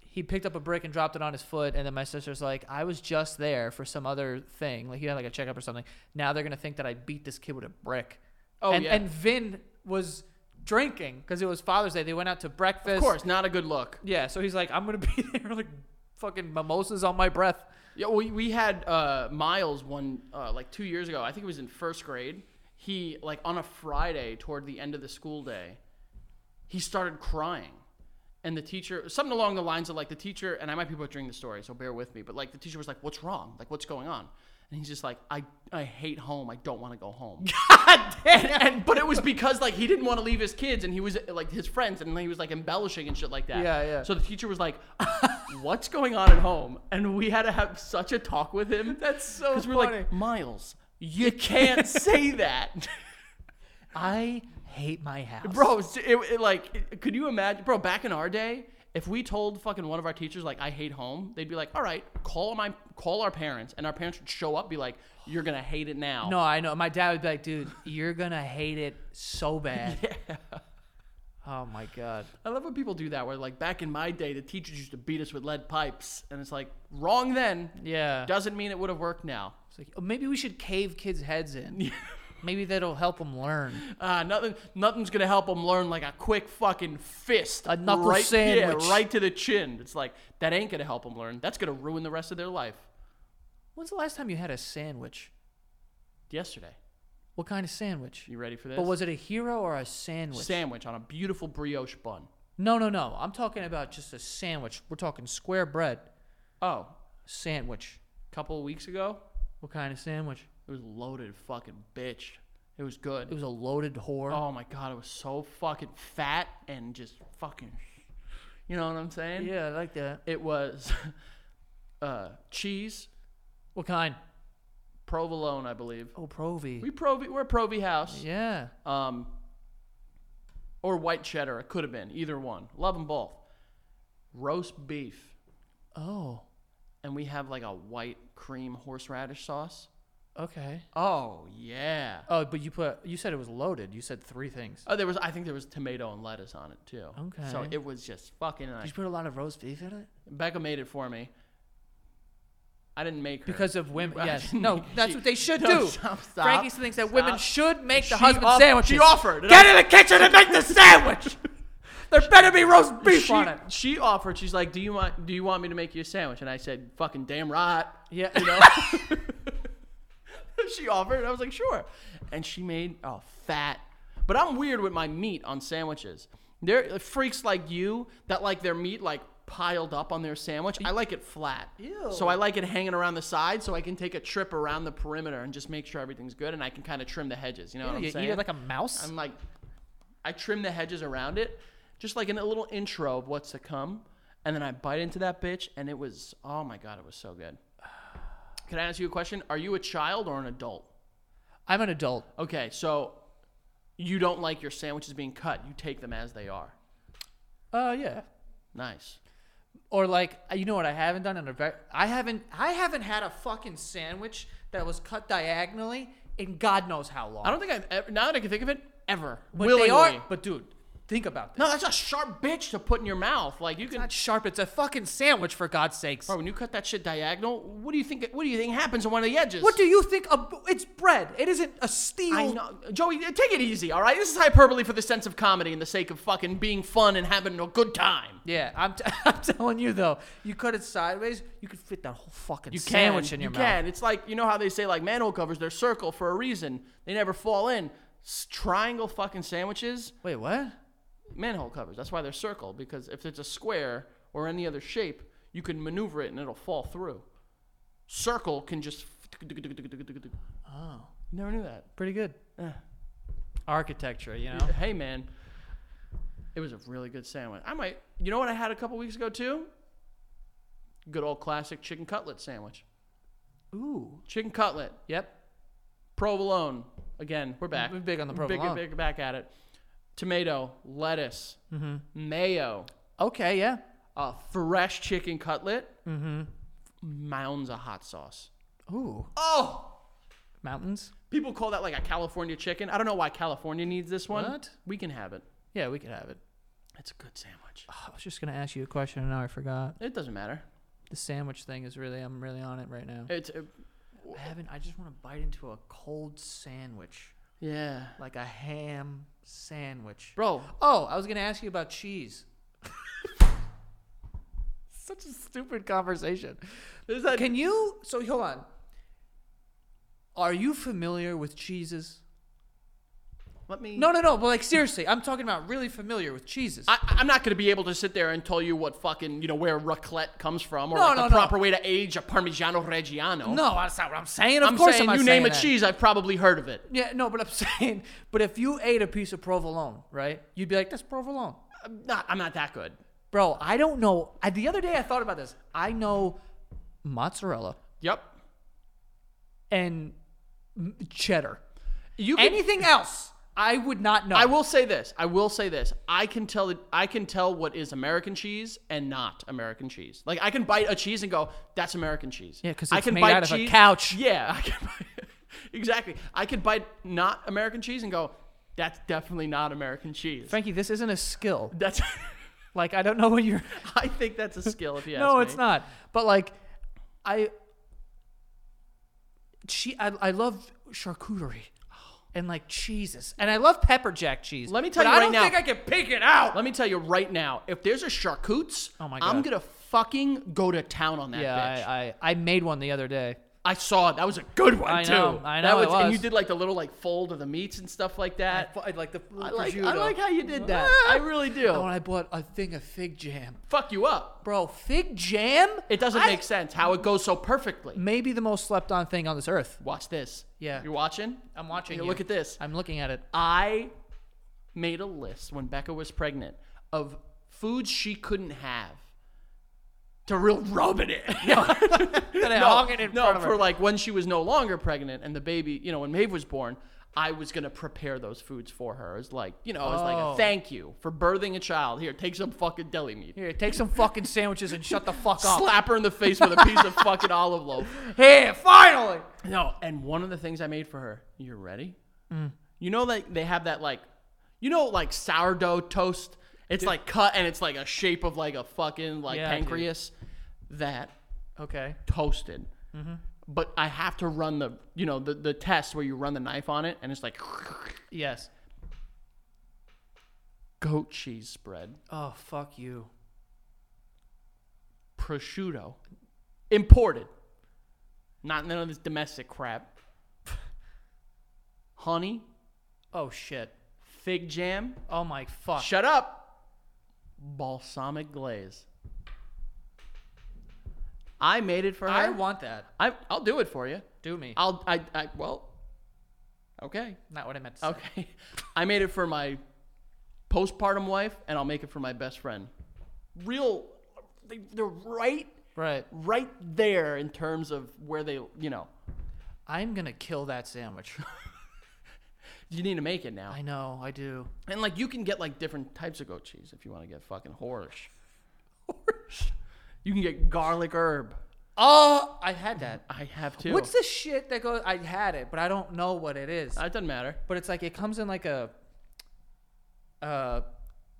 S1: he picked up a brick and dropped it on his foot, and then my sister's like, "I was just there for some other thing, like he had like a checkup or something. Now they're gonna think that I beat this kid with a brick."
S2: Oh,
S1: and,
S2: yeah.
S1: And Vin was drinking because it was Father's Day. They went out to breakfast.
S2: Of course, not a good look.
S1: Yeah, so he's like, "I'm gonna be there like fucking mimosas on my breath."
S2: Yeah, we, we had uh, Miles one uh, like two years ago. I think it was in first grade. He like on a Friday toward the end of the school day, he started crying, and the teacher something along the lines of like the teacher and I might be butchering the story, so bear with me. But like the teacher was like, "What's wrong? Like what's going on?" And he's just like, "I I hate home. I don't want to go home."
S1: God
S2: and, and but it was because like he didn't want to leave his kids and he was like his friends and he was like embellishing and shit like that.
S1: Yeah, yeah.
S2: So the teacher was like, "What's going on at home?" And we had to have such a talk with him.
S1: That's so
S2: we're like,
S1: funny.
S2: Miles, you can't say that,
S1: I hate my house,
S2: bro. It, it, like, it- could you imagine, bro? Back in our day. If we told fucking one of our teachers like I hate home, they'd be like, "All right, call my call our parents," and our parents would show up, be like, "You're gonna hate it now."
S1: No, I know. My dad would be like, dude, you're going to hate it so bad. Oh, my God.
S2: I love when people do that, where like back in my day, the teachers used to beat us with lead pipes, and it's like wrong then
S1: Yeah.
S2: doesn't mean it would have worked now.
S1: It's like, oh, maybe we should cave kids' heads in. Maybe that'll help him learn.
S2: Uh, nothing, nothing's gonna help him learn like a quick fucking fist,
S1: A knuckle
S2: right,
S1: sandwich.
S2: yeah, right to the chin. It's like that ain't gonna help him learn. That's gonna ruin the rest of their life.
S1: When's the last time you had a sandwich?
S2: Yesterday,
S1: What kind of sandwich?
S2: you ready for this?
S1: But was it a hero or a sandwich?
S2: sandwich on a beautiful brioche bun.
S1: no, no, no. I'm talking about just a sandwich. We're talking square bread
S2: Oh,
S1: sandwich.
S2: a couple of weeks ago,
S1: What kind of sandwich?
S2: it was loaded, fucking bitch. It was good.
S1: It was a loaded whore.
S2: oh my god, it was so fucking fat and just fucking. You know what I'm saying?
S1: yeah, I like that.
S2: It was uh, cheese,
S1: What kind?
S2: provolone, I believe.
S1: Oh, Provi.
S2: We Provi, we're a Provi house.
S1: yeah.
S2: Um, or white cheddar. It could have been either one. Love them both. Roast beef,
S1: Oh,
S2: and we have like a white cream horseradish sauce.
S1: okay.
S2: Oh yeah.
S1: Oh, but you put you said it was loaded. You said three things.
S2: Oh, there was. I think there was tomato and lettuce on it too. So
S1: Okay.
S2: it was just fucking
S1: Did
S2: nice.
S1: you put a lot of roast beef in it?
S2: Becca made it for me. I didn't make her
S1: Because of women.
S2: I
S1: Yes.
S2: didn't
S1: No,
S2: make-
S1: that's
S2: she-
S1: what they should
S2: No,
S1: do.
S2: stop, stop,
S1: Frankie thinks that women
S2: stop.
S1: should make the
S2: She
S1: husband
S2: off-
S1: sandwiches.
S2: She offered. and
S1: Get in the kitchen and make the sandwich. there better be roast beef
S2: she,
S1: on it.
S2: she offered. She's like, "Do you want? Do you want me to make you a sandwich?" And I said, "Fucking damn right."
S1: Yeah.
S2: You know. she offered, and I was like, "Sure." And she made a fat. But I'm weird with my meat on sandwiches. There freaks like you that like their meat like piled up on their sandwich. I like it flat.
S1: Ew.
S2: So I like it hanging around the side, so I can take a trip around the perimeter and just make sure everything's good, and I can kind of trim the hedges. You know what
S1: you
S2: I'm saying?
S1: eat it like a mouse.
S2: I'm like, I trim the hedges around it, just like in a little intro of what's to come, and then I bite into that bitch, and it was, oh my god, it was so good. Can I ask you a question? Are you a child or an adult?
S1: I'm an adult.
S2: Okay, so you don't like your sandwiches being cut; you take them as they are.
S1: Oh yeah.
S2: Nice.
S1: Or like you know what I haven't done in a very I haven't I haven't had a fucking sandwich that was cut diagonally in God knows how long.
S2: I don't think I've ever. Now that I can think of it,
S1: ever. But
S2: Willingly.
S1: they are. But dude, think about this.
S2: no, that's a sharp bitch to put in your mouth. Like you
S1: It's
S2: can,
S1: not sharp. It's a fucking sandwich for God's sakes.
S2: bro. When you cut that shit diagonal, what do you think? What do you think happens on one of the edges?
S1: What do you think? Of, it's bread. It isn't a
S2: I
S1: steel
S2: know, Joey. uh, Take it easy, all right. This is hyperbole for the sense of comedy and the sake of fucking being fun and having a good time.
S1: Yeah, I'm, t- I'm telling you though, you cut it sideways, you could fit that whole fucking
S2: You can,
S1: sandwich in your
S2: you
S1: mouth.
S2: can. It's like you know how they say like manhole covers they're circle for a reason. They never fall in. S- triangle fucking sandwiches,
S1: Wait, what?
S2: manhole covers. That's why they're circle because if it's a square or any other shape, you can maneuver it and it'll fall through. Circle can just.
S1: Oh,
S2: Never knew that.
S1: pretty good.
S2: Eh.
S1: Architecture, you know.
S2: Oh, Hey man, it was a really good sandwich. I might. You know what I had a couple weeks ago too? Good old classic chicken cutlet sandwich.
S1: Ooh.
S2: Chicken cutlet,
S1: Yep.
S2: provolone. Again, we're back.
S1: We're big on the
S2: Big-
S1: provolone.
S2: Big, back at it. Mm-hmm. Tomato, lettuce, mayo,
S1: Okay, yeah.
S2: a fresh chicken cutlet, mm-hmm. mounds of hot sauce.
S1: Ooh.
S2: Oh,
S1: Mountains.
S2: people call that like a California chicken. I don't know why California needs this one.
S1: What?
S2: We can have it.
S1: Yeah, we could have it.
S2: It's a good sandwich.
S1: Oh, I was just gonna ask you a question and now I forgot.
S2: It doesn't matter.
S1: The sandwich thing is really I'm really on it right now.
S2: It's uh, it,
S1: I haven't. I just want to bite into a cold sandwich,
S2: yeah.
S1: like a ham sandwich.
S2: Bro,
S1: Oh, I was gonna ask you about cheese. Such a stupid conversation.
S2: There's that-
S1: Can you? So hold on. Are you familiar with cheeses?
S2: let me.
S1: No, no, no. But like seriously, I'm talking about really familiar with cheeses.
S2: I, I'm not going to be able to sit there and tell you what fucking, you know, where raclette comes from or
S1: No,
S2: like
S1: no,
S2: the
S1: no.
S2: proper way to age a Parmigiano Reggiano.
S1: no, that's not what I'm saying. Of
S2: I'm
S1: course,
S2: saying
S1: I'm not
S2: you
S1: saying
S2: name a
S1: that.
S2: cheese, I've probably heard of it.
S1: Yeah, no, but I'm saying, but if you ate a piece of provolone, right? You'd be like, that's provolone.
S2: I'm not, I'm not that good.
S1: Bro, I don't know. I, the other day I thought about this. I know mozzarella
S2: Yep.
S1: and m- cheddar.
S2: You can,
S1: Anything else, I would not know.
S2: I will say this. I will say this. I can tell. I can tell what is American cheese and not American cheese. Like I can bite a cheese and go, "That's American cheese."
S1: Yeah, 'cause
S2: I
S1: it's
S2: can
S1: made
S2: bite
S1: out of a
S2: cheese-
S1: couch.
S2: Yeah, I can bite, exactly. I could bite not American cheese and go, "That's definitely not American cheese."
S1: Frankie, this isn't a skill.
S2: That's.
S1: Like, I don't know what you're.
S2: I think that's a skill. If you ask
S1: No,
S2: me.
S1: it's not. But like, I. She, I, I love charcuterie. and like Jesus. And I love pepper jack cheese.
S2: Let me tell
S1: but
S2: you
S1: I
S2: right
S1: don't
S2: now-
S1: think I can pick it out.
S2: Let me tell you right now, if there's a charcutes,
S1: Oh my
S2: I'm
S1: God.
S2: gonna fucking go to town on that
S1: yeah,
S2: bitch.
S1: I, I I made one the other day.
S2: I saw it. That was a good one
S1: I
S2: too.
S1: know, I
S2: That
S1: know it
S2: And you
S1: was.
S2: did like the little like fold of the meats and stuff like that.
S1: I like the
S2: I like, I like how you did that. I really do.
S1: when I bought a thing of fig jam,
S2: Fuck you up.
S1: bro. Fig jam?
S2: It doesn't
S1: I-
S2: make sense how it goes so perfectly.
S1: Maybe the most slept on thing on this earth.
S2: Watch this.
S1: Yeah.
S2: You're watching?
S1: I'm watching.
S2: Hey,
S1: you.
S2: Look at this.
S1: I'm looking at it.
S2: I made a list when Becca was pregnant of foods she couldn't have to real rub it in.
S1: Then I
S2: no,
S1: hung it in
S2: no,
S1: front of
S2: for
S1: her.
S2: like when she was no longer pregnant and the baby, you know, when Maeve was born, I was gonna prepare those foods for her. It was like, you know, it was like a
S1: Oh.
S2: thank you for birthing a child. Here, take some fucking deli meat.
S1: Here, take some fucking sandwiches and shut the fuck up.
S2: Slap her in the face with a piece of fucking olive loaf.
S1: Here, finally.
S2: No, Oh, and one of the things I made for her. You ready?
S1: Mm.
S2: You know, like they have that like, you know, like sourdough toast. It's like cut and it's like a shape of like a fucking like
S1: Yeah, I do.
S2: pancreas. That
S1: Okay.
S2: toasted.
S1: Mm-hmm.
S2: But I have to run the you know the the test where you run the knife on it and it's like
S1: Yes.
S2: goat cheese spread,
S1: Oh fuck you.
S2: prosciutto, imported, not none of this domestic crap. Honey,
S1: Oh shit.
S2: fig jam.
S1: Oh my fuck.
S2: Shut up. Balsamic glaze. I made it for her.
S1: I want that.
S2: I, I'll do it for you.
S1: Do me.
S2: I'll. I. I. Well. Okay.
S1: Not what I meant to say.
S2: Okay. I made it for my postpartum wife, and I'll make it for my best friend. Real, they, they're right,
S1: Right.
S2: right there in terms of where they, you know,
S1: I'm gonna kill that sandwich.
S2: you need to make it now.
S1: I know. I do.
S2: And like, you can get like different types of goat cheese if you want to get fucking horish. You can get garlic herb.
S1: Oh, I had that.
S2: I have too.
S1: What's the shit that goes? I had it, but I don't know what it is.
S2: That doesn't matter.
S1: but it's like it comes in like a, uh,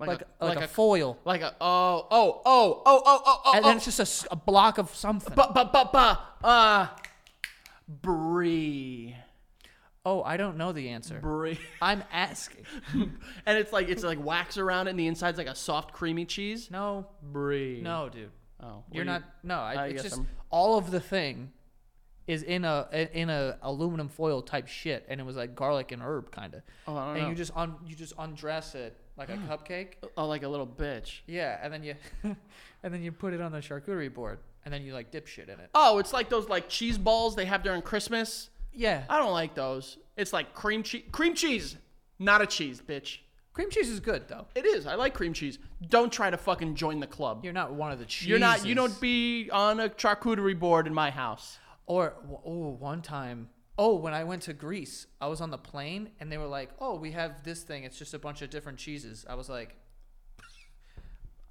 S1: like like a,
S2: like a-
S1: foil,
S2: Like a oh oh oh oh oh oh oh.
S1: and then it's just a s- a, block of something.
S2: ba ba ba ba uh brie
S1: oh, I don't know the answer.
S2: brie.
S1: I'm asking.
S2: and it's like it's like wax around it, and the inside's like a soft creamy cheese.
S1: No,
S2: Brie.
S1: no, dude,
S2: Oh, what
S1: you're
S2: do you-
S1: not. No, I,
S2: I
S1: it's
S2: guess
S1: just
S2: I'm-
S1: all of the thing is in a in a aluminum foil type shit, and it was like garlic and herb kind of.
S2: Oh, I don't
S1: and
S2: know.
S1: you just un you just undress it like a cupcake.
S2: oh, like a little bitch.
S1: Yeah, and then you and then you put it on the charcuterie board, and then you like dip shit in it.
S2: Oh, it's like those like cheese balls they have during Christmas.
S1: Yeah,
S2: I don't like those. It's like cream cheese. Cream cheese, not a cheese, bitch.
S1: cream cheese is good though.
S2: It is. I like cream cheese. Don't try to fucking join the club.
S1: You're not one of the cheeses.
S2: You're not. You don't be on a charcuterie board in my house.
S1: Or oh, one time. Oh, when I went to Greece, I was on the plane and they were like, "Oh, we have this thing. It's just a bunch of different cheeses." I was like,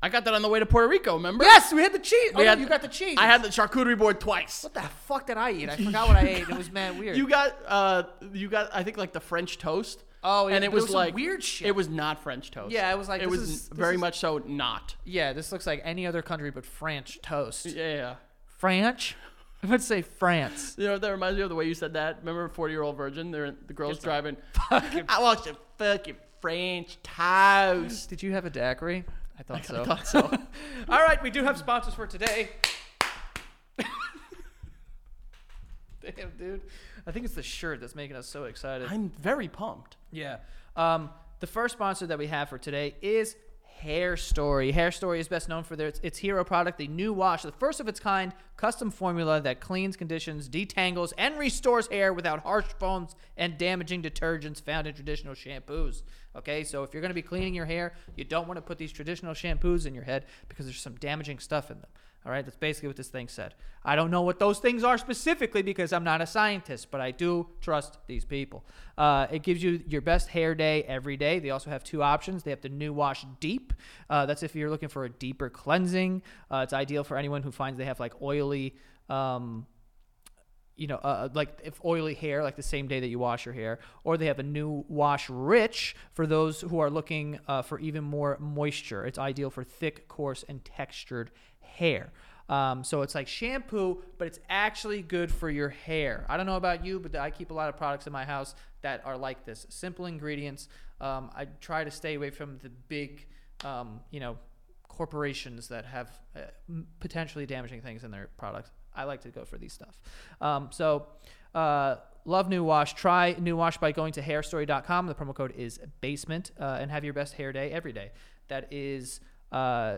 S2: I got that on the way to Puerto Rico. Remember?
S1: "Yes, we had the cheese. oh,
S2: We
S1: no,
S2: had-
S1: you got the cheese.
S2: I had the charcuterie board twice.
S1: what the fuck did I eat? I forgot what I ate. It was mad weird.
S2: You got uh, you got I think like the French toast.
S1: Oh, yeah,
S2: and it
S1: there
S2: was,
S1: was some
S2: like
S1: weird shit.
S2: It was not French toast.
S1: Yeah, I was like,
S2: it
S1: this
S2: was
S1: is- this
S2: very
S1: is-
S2: much so not.
S1: yeah, this looks like any other country but French toast.
S2: Yeah,
S1: French? I would say France.
S2: you know that reminds me of the way you said that. Remember, forty year old virgin? They're the girls driving. I want some fucking French toast.
S1: Did you have a daiquiri? I thought so.
S2: I thought so.
S1: All right, we do have sponsors for today. Damn, dude. I think it's the shirt that's making us so excited.
S2: I'm very pumped.
S1: Yeah. Um, the first sponsor that we have for today is Hair Story. Hair Story is best known for their its, its hero product, the new wash, the first of its kind, custom formula that cleans, conditions, detangles, and restores hair without harsh foams and damaging detergents found in traditional shampoos. Okay, so if you're going to be cleaning your hair, you don't want to put these traditional shampoos in your head because there's some damaging stuff in them. All right, that's basically what this thing said. I don't know what those things are specifically because I'm not a scientist, but I do trust these people. Uh, it gives you your best hair day every day. They also have two options. They have the new wash deep. Uh, that's if you're looking for a deeper cleansing. Uh, it's ideal for anyone who finds they have like oily. Um, you know, uh, like if oily hair, like the same day that you wash your hair, or they have a new wash rich for those who are looking uh, for even more moisture. It's ideal for thick, coarse, and textured hair. Um, so it's like shampoo, but it's actually good for your hair. I don't know about you, but I keep a lot of products in my house that are like this. Simple ingredients. Um, I try to stay away from the big, um, you know, corporations that have uh, m- potentially damaging things in their products. I like to go for these stuff. Um, so, uh, love New Wash. Try New Wash by going to hairstory.com. The promo code is basement uh, and have your best hair day every day. That is uh,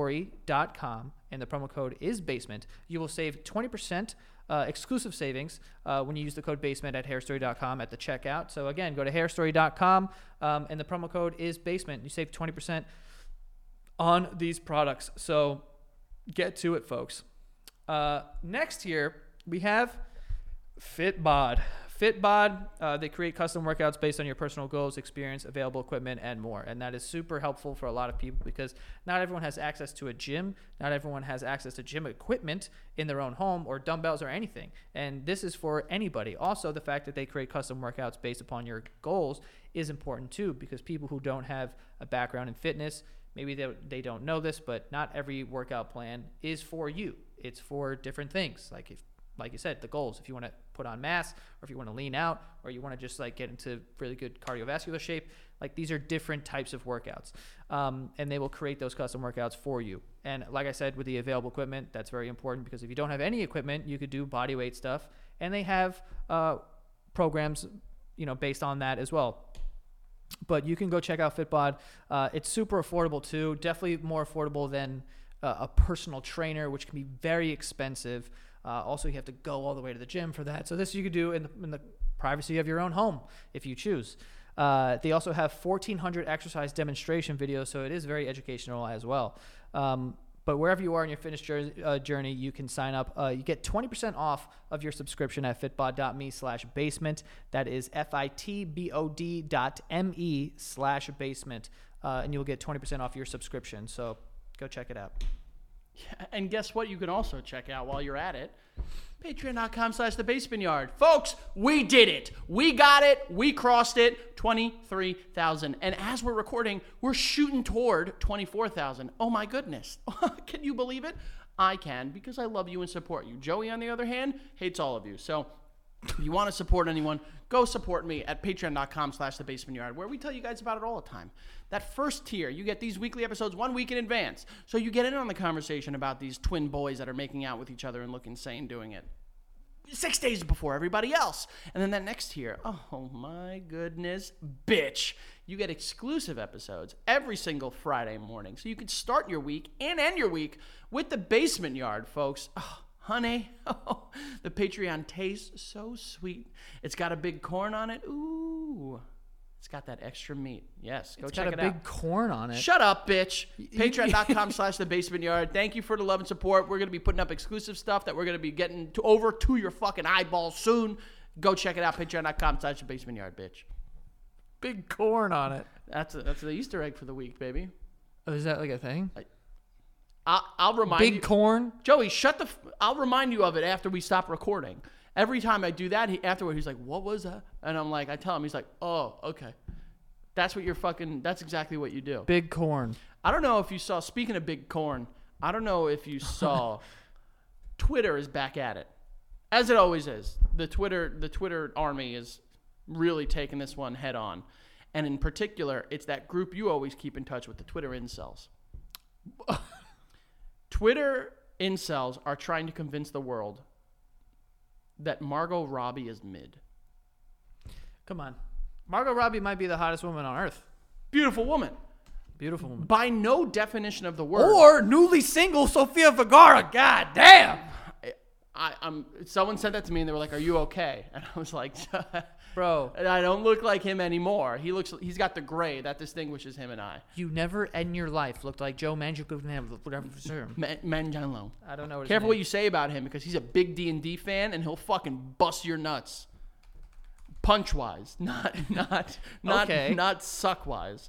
S1: hairstory.com and the promo code is basement. You will save 20%. Uh, exclusive savings uh, when you use the code basement at hairstory.com at the checkout. So, again, go to hairstory.com um, and the promo code is basement. You save 20% on these products. So get to it, folks. Uh, next here, we have Fitbod. Fitbod, uh, they create custom workouts based on your personal goals, experience, available equipment, and more. And that is super helpful for a lot of people because not everyone has access to a gym. Not everyone has access to gym equipment in their own home or dumbbells or anything. And this is for anybody. Also, the fact that they create custom workouts based upon your goals is important too because people who don't have a background in fitness, maybe they, they don't know this, but not every workout plan is for you. It's for different things. Like if, like you said, the goals. If you want to put on mass, or if you want to lean out, or you want to just like get into really good cardiovascular shape, like these are different types of workouts, um, and they will create those custom workouts for you. And like I said, with the available equipment, that's very important because if you don't have any equipment, you could do body weight stuff, and they have uh, programs, you know, based on that as well but you can go check out Fitbod. Uh, it's super affordable too. Definitely more affordable than uh, a personal trainer, which can be very expensive. Uh, also, you have to go all the way to the gym for that. So this you could do in the, in the privacy of your own home if you choose. Uh, they also have 1,400 exercise demonstration videos, so it is very educational as well. Um, but wherever you are in your fitness jour- uh, journey, you can sign up. Uh, you get 20% off of your subscription at fitbod.me slash basement. That is F-I-T-B-O-D dot M-E slash basement. Uh, and you'll get 20% off your subscription. So go check it out.
S2: And guess what? You can also check out while you're at it. Patreon.com slash the basement yard. Folks, we did it. We got it. We crossed it. 23,000. And as we're recording, we're shooting toward 24,000. Oh my goodness. can you believe it? I can because I love you and support you. Joey, on the other hand, hates all of you. So if you want to support anyone, go support me at patreon.com slash the basement yard, where we tell you guys about it all the time. That first tier, you get these weekly episodes one week in advance. So you get in on the conversation about these twin boys that are making out with each other and look insane doing it six days before everybody else. And then that next year, oh my goodness, bitch, you get exclusive episodes every single Friday morning. So you can start your week and end your week with the basement yard, folks. Oh, honey, oh, the Patreon tastes so sweet. It's got a big corn on it. Ooh. It's got that extra meat. Yes, go
S1: It's
S2: check
S1: got a
S2: it
S1: big
S2: out.
S1: corn on it.
S2: Shut up, bitch. Patreon.com slash the basement yard. Thank you for the love and support. We're going to be putting up exclusive stuff that we're going to be getting to over to your fucking eyeballs soon. Go check it out. Patreon.com slash the basement yard, bitch.
S1: big corn on it.
S2: That's, that's the Easter egg for the week, baby.
S1: Oh, is that like a thing?
S2: I, I'll remind you.
S1: Big corn?
S2: Joey, shut the. F- I'll remind you of it after we stop recording. Every time I do that, he, afterward he's like, "What was that?" And I'm like, I tell him, he's like, "Oh, okay." That's what you're fucking. That's exactly what you do.
S1: Big corn.
S2: I don't know if you saw. Speaking of big corn, I don't know if you saw. Twitter is back at it, as it always is. The Twitter, the Twitter army is really taking this one head on, and in particular, it's that group you always keep in touch with, the Twitter incels. Twitter incels are trying to convince the world that Margot Robbie is mid.
S1: Come on. Margot Robbie might be the hottest woman on earth.
S2: Beautiful woman,
S1: Beautiful woman.
S2: by no definition of the word.
S1: Or newly single Sofia Vergara. God damn.
S2: I, I'm. Someone said that to me, and they were like, "Are you okay?" And I was like,
S1: Bro.
S2: "And I don't look like him anymore. He looks. He's got the gray that distinguishes him and I."
S1: You never in your life looked like Joe Mangiacook.
S2: Man, Manganiello.
S1: I don't know. What
S2: Careful what you say about him because he's a big D and D fan, and he'll fucking bust your nuts, punch wise, not not not
S1: Okay.
S2: not suck wise.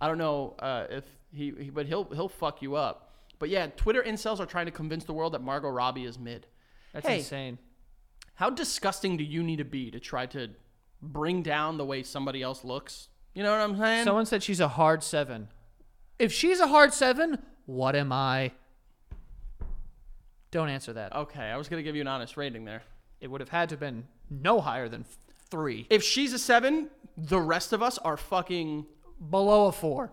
S2: I don't know uh, if he, he, but he'll he'll fuck you up. But yeah, Twitter incels are trying to convince the world that Margot Robbie is mid.
S1: That's
S2: Hey,
S1: insane.
S2: How disgusting do you need to be to try to bring down the way somebody else looks? You know what I'm saying?
S1: Someone said she's a hard seven. If she's a hard seven, what am I? Don't answer that.
S2: Okay, I was gonna give you an honest rating there.
S1: It would have had to have been no higher than f- three,
S2: If she's a seven, the rest of us are fucking.
S1: below a four.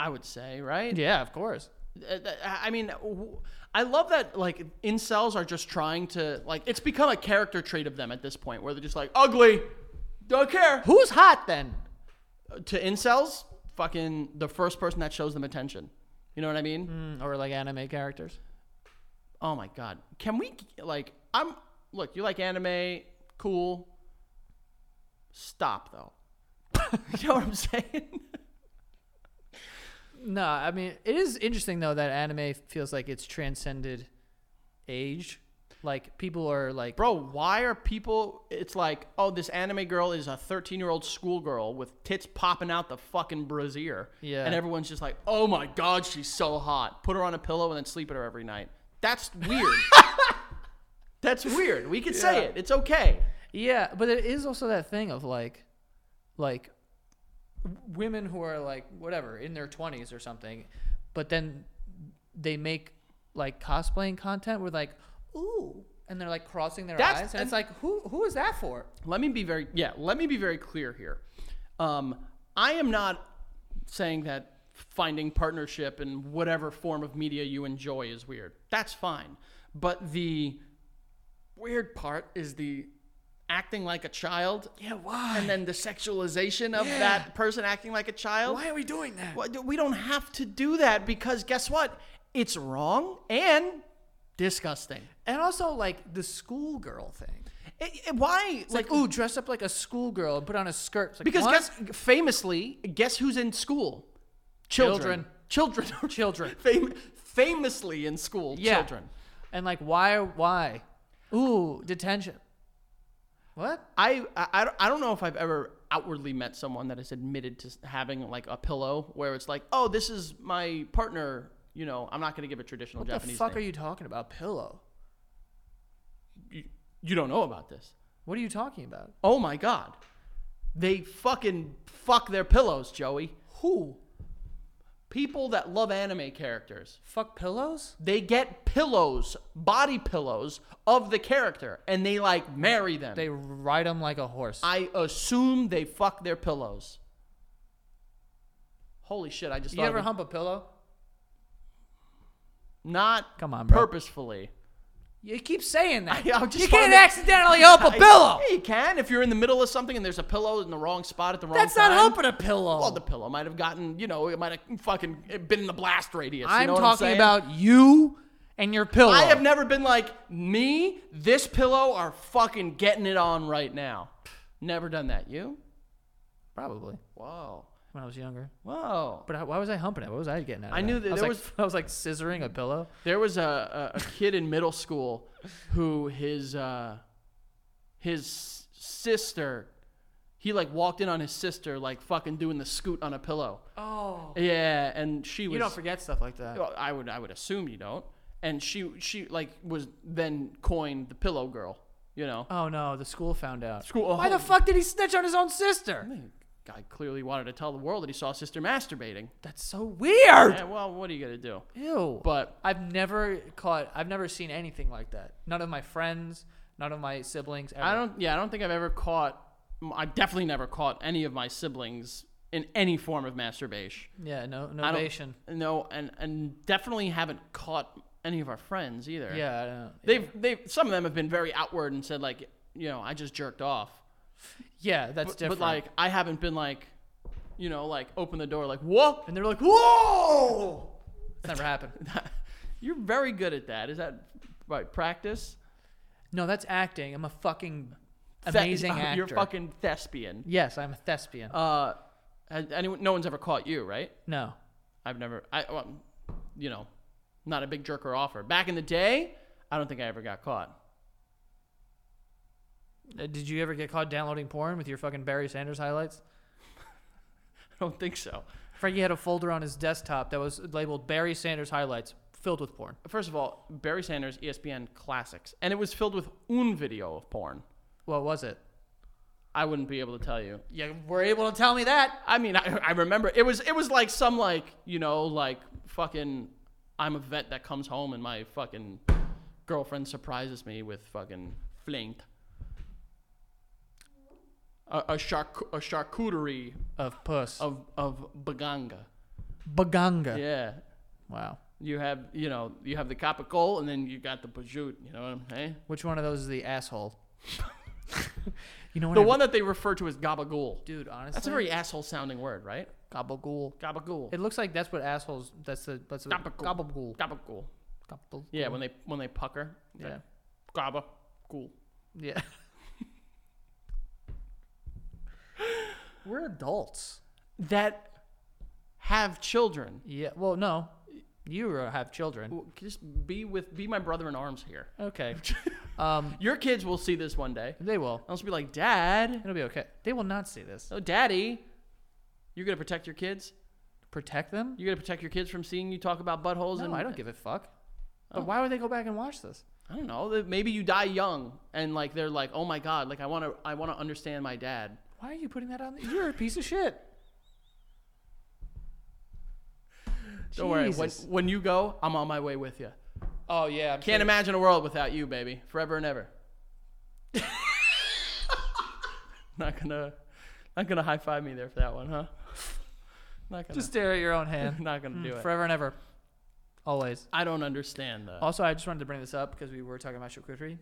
S2: I would say, right?
S1: Yeah, of course.
S2: Uh, th- I mean, w- I love that like incels are just trying to like it's become a character trait of them at this point where they're just like ugly, don't care.
S1: Who's hot then?
S2: To incels, fucking the first person that shows them attention. You know what I mean?
S1: Mm, or like anime characters?
S2: Oh my god. Can we like I'm look, you like anime, cool. Stop though. you know what I'm saying?
S1: No, I mean it is interesting though that anime feels like it's transcended age. Like people are like,
S2: Bro, why are people it's like, oh, this anime girl is a 13-year-old schoolgirl with tits popping out the fucking brassiere.
S1: Yeah.
S2: And everyone's just like, "Oh my god, she's so hot. Put her on a pillow and then sleep with her every night." That's weird. That's weird. We could say it. It's okay.
S1: yeah, but it is also that thing of like, like w- women who are like whatever in their twenties or something, but then they make like cosplaying content with like, ooh, and they're like crossing their
S2: That's-
S1: eyes, and it's like, who who is that for?
S2: let me be very yeah let me be very clear here um, i am not saying that finding partnership in whatever form of media you enjoy is weird that's fine but the weird part is the acting like a child
S1: Yeah, why?
S2: and then the sexualization of
S1: Yeah.
S2: that person acting like a child
S1: Why are we doing that?
S2: Why do- we don't have to do that because guess what it's wrong and disgusting
S1: And also like the schoolgirl thing.
S2: It- it- why
S1: It's like, ooh, dress up like a schoolgirl and put on a skirt. It's like,
S2: Because
S1: what?
S2: guess famously, guess who's in school? Children. Children.
S1: Children.
S2: Fam- famously in school,
S1: Yeah.
S2: children.
S1: And like, why? Why? Ooh, detention. What?
S2: I, I- I, don't- I don't know if I've ever outwardly met someone that has admitted to s- having like a pillow where it's like, oh, this is my partner. You know, I'm not going to give a traditional
S1: What
S2: Japanese
S1: the fuck
S2: name.
S1: are you talking about? Pillow.
S2: you? You don't know about this.
S1: What are you talking about?
S2: Oh my God. They fucking fuck their pillows, Joey.
S1: Who?
S2: People that love anime characters.
S1: Fuck pillows?
S2: they get pillows, body pillows of the character, and they like marry them.
S1: They ride them like a horse.
S2: I assume they fuck their pillows. Holy shit! I just
S1: you
S2: thought
S1: ever
S2: of it.
S1: hump a pillow?
S2: not
S1: Come on, bro.
S2: purposefully.
S1: You keep saying that.
S2: I- I'm just
S1: you can't
S2: trying to-
S1: accidentally hump a
S2: I-
S1: pillow.
S2: Yeah, you can if you're in the middle of something and there's a pillow in the wrong spot at the wrong
S1: That's
S2: time.
S1: not humping a pillow.
S2: Well, the pillow might have gotten, you know, it might have fucking been in the blast radius. you
S1: I'm
S2: know what
S1: talking
S2: saying?
S1: about you and your pillow.
S2: I have never been like me. This pillow are fucking getting it on right now. Never done that. You?
S1: Probably
S2: Whoa.
S1: when I was younger.
S2: Whoa.
S1: But I- why was I humping it? What was I getting at?
S2: I knew that
S1: I was,
S2: there
S1: like, I was like scissoring a pillow.
S2: There was a, a, a kid in middle school who his uh, his sister he like walked in on his sister like fucking doing the scoot on a pillow.
S1: Oh,
S2: Yeah, and she was
S1: you don't forget stuff like that.
S2: Well, I would I would assume you don't. And she she like was then coined the pillow girl, you know.
S1: Oh no, the school found out.
S2: School- oh.
S1: Why the fuck did he snitch on his own sister?
S2: Guy clearly wanted to tell the world that he saw his sister masturbating.
S1: That's so weird.
S2: Yeah, well, what are you gonna do?
S1: Ew.
S2: But
S1: I've never caught. I've never seen anything like that. None of my friends. None of my siblings. Ever.
S2: I don't. Yeah, I don't think I've ever caught. I've definitely never caught any of my siblings in any form of masturbation.
S1: Yeah. No.
S2: I
S1: No
S2: don't-
S1: nation.
S2: No, and and definitely haven't caught any of our friends either.
S1: Yeah. I don't.
S2: they've they've some of them have been very outward and said like, you know, I just jerked off.
S1: Yeah. That's different.
S2: But like, I haven't been like, you know, like open the door like, whoa.
S1: and they're like, whoa. It's never happened.
S2: You're very good at that. Is that right? Practice.
S1: No, that's acting. I'm a fucking
S2: That-
S1: amazing actor.
S2: You're fucking thespian.
S1: Yes, I'm a thespian.
S2: Uh, has anyone? No one's ever caught you, right?
S1: no.
S2: I've never, I, well, you know, not a big jerker offer. Back in the day, I don't think I ever got caught.
S1: Uh, Did you ever get caught downloading porn with your fucking Barry Sanders highlights?
S2: I don't think so.
S1: Frankie had a folder on his desktop that was labeled Barry Sanders highlights, filled with porn.
S2: First of all, Barry Sanders, E ESPN classics, and it was filled with un video of porn.
S1: What was it?
S2: I wouldn't be able to tell you.
S1: You were able to tell me that.
S2: I mean, I, I remember it was it was like some like you know like fucking I'm a vet that comes home and my fucking girlfriend surprises me with fucking flint. A, a, charc- a charcuterie
S1: Of puss.
S2: of, of baganga.
S1: Baganga.
S2: Yeah.
S1: Wow.
S2: You have, you know, you have the capicol and then you got the pajut. You know what I'm saying?
S1: Which one of those is the asshole? you know what?
S2: The
S1: I-
S2: one that they refer to as gabagool.
S1: dude. Honestly,
S2: That's a very asshole sounding word, right?
S1: gabagool.
S2: Gabagool.
S1: It looks like that's what assholes. That's the that's what,
S2: Gabagool.
S1: gabagool.
S2: Gabagool.
S1: Gabagool.
S2: Yeah, when they when they pucker.
S1: Yeah.
S2: Like, gabagool.
S1: Yeah. We're adults.
S2: That have children.
S1: Yeah. Well, no. You are- have children.
S2: Well, Just be with be my brother in arms here.
S1: Okay. um,
S2: Your kids will see this one day.
S1: they will.
S2: I'll just be like, Dad,
S1: It'll be okay. They will not see this.
S2: oh Daddy, you're gonna protect your kids.
S1: Protect them?
S2: You're gonna protect your kids from seeing you talk about buttholes.
S1: No,
S2: and
S1: I don't give a fuck.
S2: Oh.
S1: But why would they go back and watch this?
S2: I don't know. that Maybe you die young, and like they're like, oh my god, like I wanna, I wanna understand my dad.
S1: Why are you putting that on? The- You're a piece of shit.
S2: Don't worry. When,
S1: Jesus.
S2: when you go, I'm on my way with you.
S1: Oh yeah. I'm
S2: Can't
S1: sure-
S2: imagine a world without you, baby. Forever and ever. not gonna, not gonna high five me there for that one, huh? Not gonna,
S1: Just Hmm. stare at your own hand.
S2: not gonna do it.
S1: Forever and ever. Always.
S2: I don't understand though.
S1: Also, I just wanted to bring this up because we were talking about charcuterie.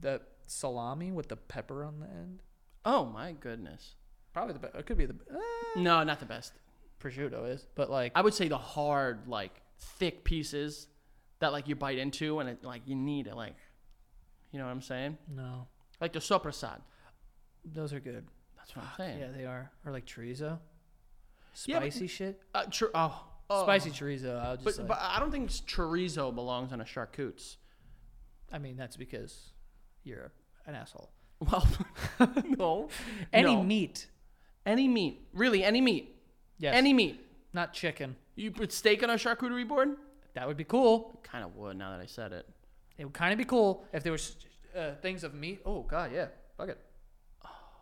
S1: The salami with the pepper on the end.
S2: Oh my goodness.
S1: Probably the best. It could be the uh,
S2: No, not the best.
S1: prosciutto is, but like
S2: I would say the hard, like thick pieces that like you bite into and it like you need it, like, you know what I'm saying?
S1: no,
S2: Like the soprasad.
S1: those are good.
S2: That's what I'm saying.
S1: Yeah, they are. Or like chorizo,
S2: Yeah, but-
S1: spicy shit.
S2: Uh, chor- oh, oh.
S1: Spicy chorizo. I'll
S2: But,
S1: just. like,
S2: but I don't think chorizo belongs on a charcuterie.
S1: I mean, that's because you're an asshole.
S2: Well, no.
S1: Any
S2: No.
S1: meat.
S2: Any meat, really? Any meat?
S1: Yes.
S2: Any meat?
S1: Not chicken.
S2: You put steak on a charcuterie board?
S1: That would be cool.
S2: Kind of would. Now that I said it.
S1: It would kind of be cool if there was uh, things of meat. Oh god, yeah. Fuck it.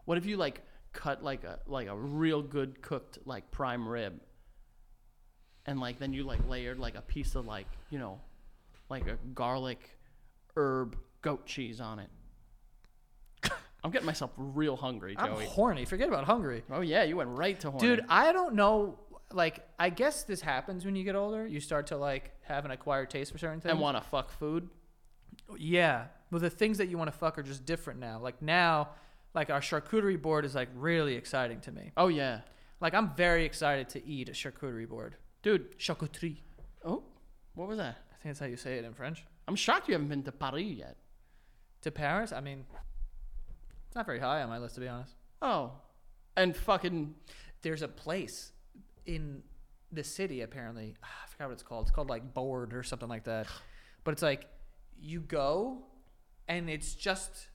S2: What if you like cut like a like a real good cooked like prime rib, and like then you like layered like a piece of like you know, like a garlic, herb, goat cheese on it. I'm getting myself real hungry,
S1: I'm
S2: Joey.
S1: horny. Forget about hungry.
S2: oh yeah, you went right to horny.
S1: Dude, I don't know. Like, I guess this happens when you get older. You start to like have an acquired taste for certain things.
S2: and want to fuck food?
S1: yeah. Well, the things that you want to fuck are just different now. Like now, like our charcuterie board is like really exciting to me.
S2: Oh yeah,
S1: Like I'm very excited to eat a charcuterie board.
S2: dude.
S1: Charcuterie.
S2: Oh, what was that?
S1: I think that's how you say it in French.
S2: I'm shocked you haven't been to Paris yet.
S1: To Paris, I mean, it's not very high on my list to be honest.
S2: Oh, and fucking
S1: There's a place in the city apparently. Ah, I forgot what it's called. It's called like Board or something like that. But it's like you go and it's just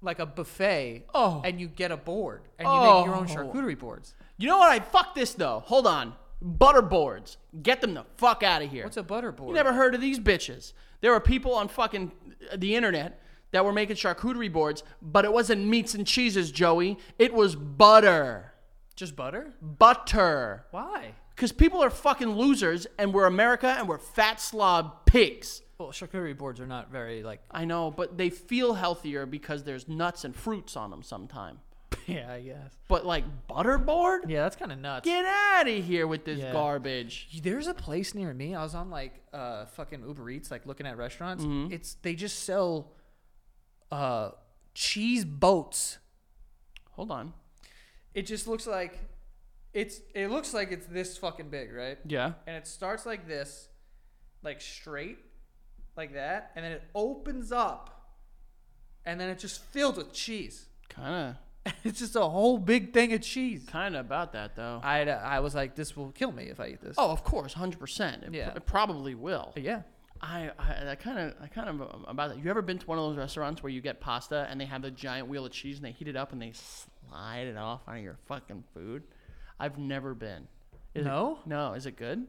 S1: like a buffet.
S2: Oh.
S1: And you get a board and you make your own
S2: Oh.
S1: charcuterie boards.
S2: You know what? I fuck this though. Hold on. Butterboards. Get them the fuck out of here.
S1: What's a butter board?
S2: you never heard of these bitches? There were people on fucking uh, the internet that were making charcuterie boards, but it wasn't meats and cheeses, Joey. It was butter.
S1: Just butter?
S2: Butter.
S1: Why?
S2: Because people are fucking losers and we're America and we're fat slob pigs.
S1: Well, charcuterie boards are not very like.
S2: I know, but they feel healthier because there's nuts and fruits on them sometime.
S1: Yeah, I guess.
S2: But like butterboard?
S1: Yeah, that's kind of nuts.
S2: Get out of here with this
S1: Yeah.
S2: garbage.
S1: There's a place near me. I was on like uh fucking Uber Eats, like looking at restaurants.
S2: Mm-hmm.
S1: It's they just sell uh cheese boats.
S2: Hold on.
S1: It just looks like it's it looks like it's this fucking big, right?
S2: Yeah.
S1: And it starts like this, like straight, like that, and then it opens up, and then it's just filled with cheese.
S2: Kind
S1: it's just a whole big thing of cheese.
S2: of, kind of about that though.
S1: I I was like, this will kill me if I eat this.
S2: oh, of course, hundred percent.
S1: Yeah.
S2: it probably will.
S1: yeah.
S2: I, I, I kind of, I kind of am about that. You ever been to one of those restaurants where you get pasta and they have the giant wheel of cheese and they heat it up and they slide it off on your fucking food? I've never been. Is it-
S1: No?
S2: no. Is it good?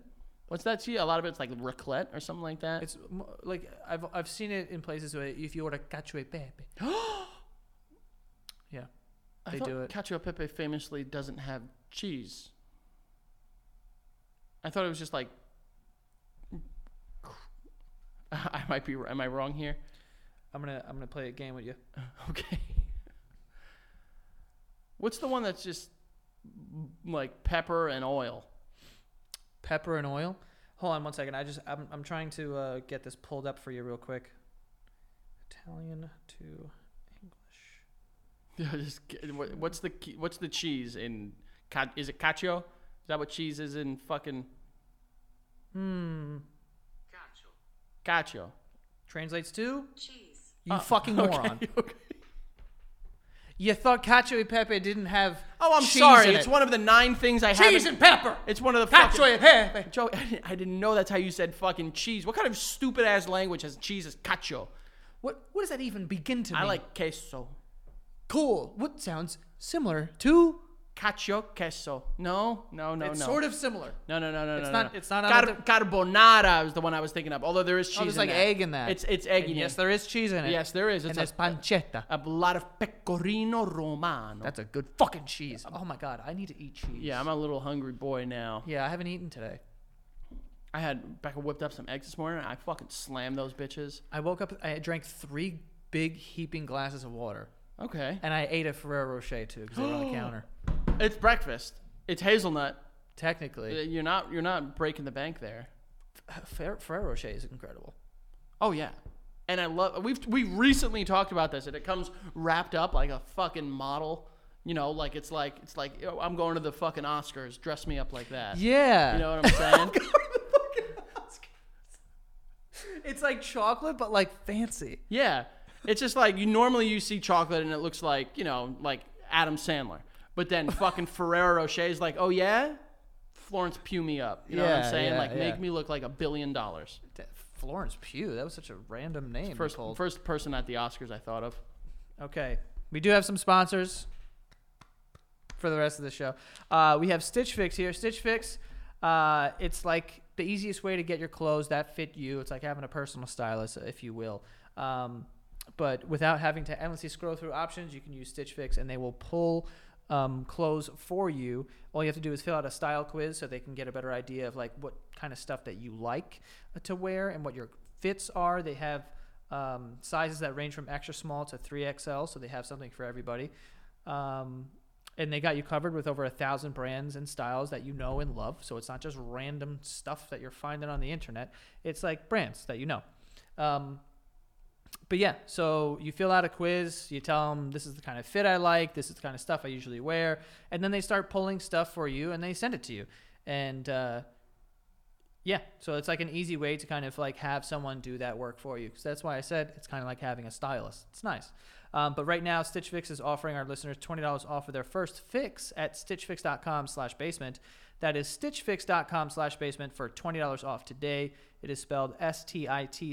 S2: What's that cheese? A lot of it's like raclette or something like that.
S1: It's m- like I've I've seen it in places where if you order cacio e pepe. yeah,
S2: I
S1: they
S2: thought
S1: do it.
S2: Cacio e Pepe famously doesn't have cheese. I thought it was just like. I might be. Am I wrong here?
S1: I'm gonna I'm gonna play a game with you.
S2: Okay. What's the one that's just like pepper and oil?
S1: Pepper and oil. Hold on one second. I just I'm I'm trying to uh, get this pulled up for you real quick. Italian to English.
S2: Yeah, just ki- what- what's the ki- what's the cheese in? ca- Is it cacio? Is that what cheese is in? Fucking
S1: Hmm.
S2: cacio.
S1: Translates to
S3: Cheese.
S1: you fucking moron.
S2: Oh, Okay.
S1: You thought cacio e pepe didn't have
S2: Oh, I'm
S1: cheese
S2: sorry.
S1: in
S2: It's
S1: it.
S2: one of the nine things I
S1: cheese
S2: haven't.
S1: and pepper.
S2: It's one of the fucking.
S1: Cacio e pepe.
S2: Joe, I didn't, I didn't know that's how you said fucking cheese. What kind of stupid ass language has cheese as cacio?
S1: What what does that even begin to
S2: I
S1: mean?
S2: like queso.
S1: cool. What sounds similar to?
S2: Cacio, queso. No, no, no,
S1: it's
S2: no.
S1: sort of similar.
S2: No, no, no, no,
S1: It's
S2: no.
S1: not-
S2: no.
S1: it's not
S2: Car-
S1: out of
S2: carbonara is the one I was thinking of. Although there is cheese.
S1: there's
S2: in
S1: like
S2: that.
S1: egg in that.
S2: It's it's egg
S1: And
S2: in
S1: yes,
S2: it.
S1: there is cheese in it.
S2: Yes, there is.
S1: And
S2: It's
S1: there's
S2: a,
S1: pancetta.
S2: a lot of pecorino romano.
S1: That's a good fucking cheese. Oh my god, I need to eat cheese.
S2: yeah, I'm a little hungry boy now.
S1: Yeah, I haven't eaten today.
S2: I had Becca whipped up some eggs this morning. And I fucking slammed those bitches.
S1: I woke up. I drank three big heaping glasses of water,
S2: Okay,
S1: and I ate a Ferrero Rocher too because they were on the counter.
S2: it's breakfast. It's hazelnut. Uh,
S1: Technically,
S2: You're not you're not breaking the bank there.
S1: Fer- Ferrero Rocher is incredible.
S2: Oh yeah. And I love we've we recently talked about this and it comes wrapped up like a fucking model. You know, like it's like it's like you know, I'm going to the fucking Oscars, dress me up like that.
S1: Yeah,
S2: You know what I'm saying?
S1: it's like chocolate but like fancy.
S2: yeah. It's just like you normally you see chocolate and it looks like, you know, like Adam Sandler. But then fucking Ferrero Rocher is like, "Oh yeah? Florence Pugh me up." You know what
S1: Yeah,
S2: I'm saying?
S1: yeah,
S2: like
S1: yeah.
S2: make me look like a billion dollars.
S1: That- Florence Pugh. That was such a random name.
S2: First
S1: Nicole.
S2: first person at the Oscars I thought of.
S1: Okay. We do have some sponsors for the rest of the show. Uh, we have Stitch Fix here. Stitch Fix, uh, it's like the easiest way to get your clothes that fit you. It's like having a personal stylist, if you will. Um, but without having to endlessly scroll through options, you can use Stitch Fix and they will pull um, clothes for you. All you have to do is fill out a style quiz so they can get a better idea of like what kind of stuff that you like uh, to wear and what your fits are. They have um, sizes that range from extra small to 3XL, so they have something for everybody. Um, and they got you covered with over a thousand brands and styles that you know and love. So it's not just random stuff that you're finding on the internet. It's like brands that you know. Um, but yeah, so you fill out a quiz, you tell them this is the kind of fit I like, this is the kind of stuff I usually wear, and then they start pulling stuff for you and they send it to you. And uh, yeah, so it's like an easy way to kind of like have someone do that work for you because that's why I said it's kind of like having a stylist. It's nice. Um, but right now, Stitch Fix is offering our listeners twenty dollars off of their first fix at StitchFix.com/basement. That is StitchFix.com/basement for twenty dollars off today. It is spelled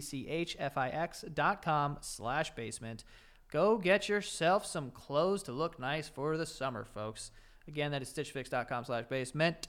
S1: S-T-I-T-C-H-F-I-X dot com slash basement. Go get yourself some clothes to look nice for the summer, folks. Again, that is stitchfix.com slash basement.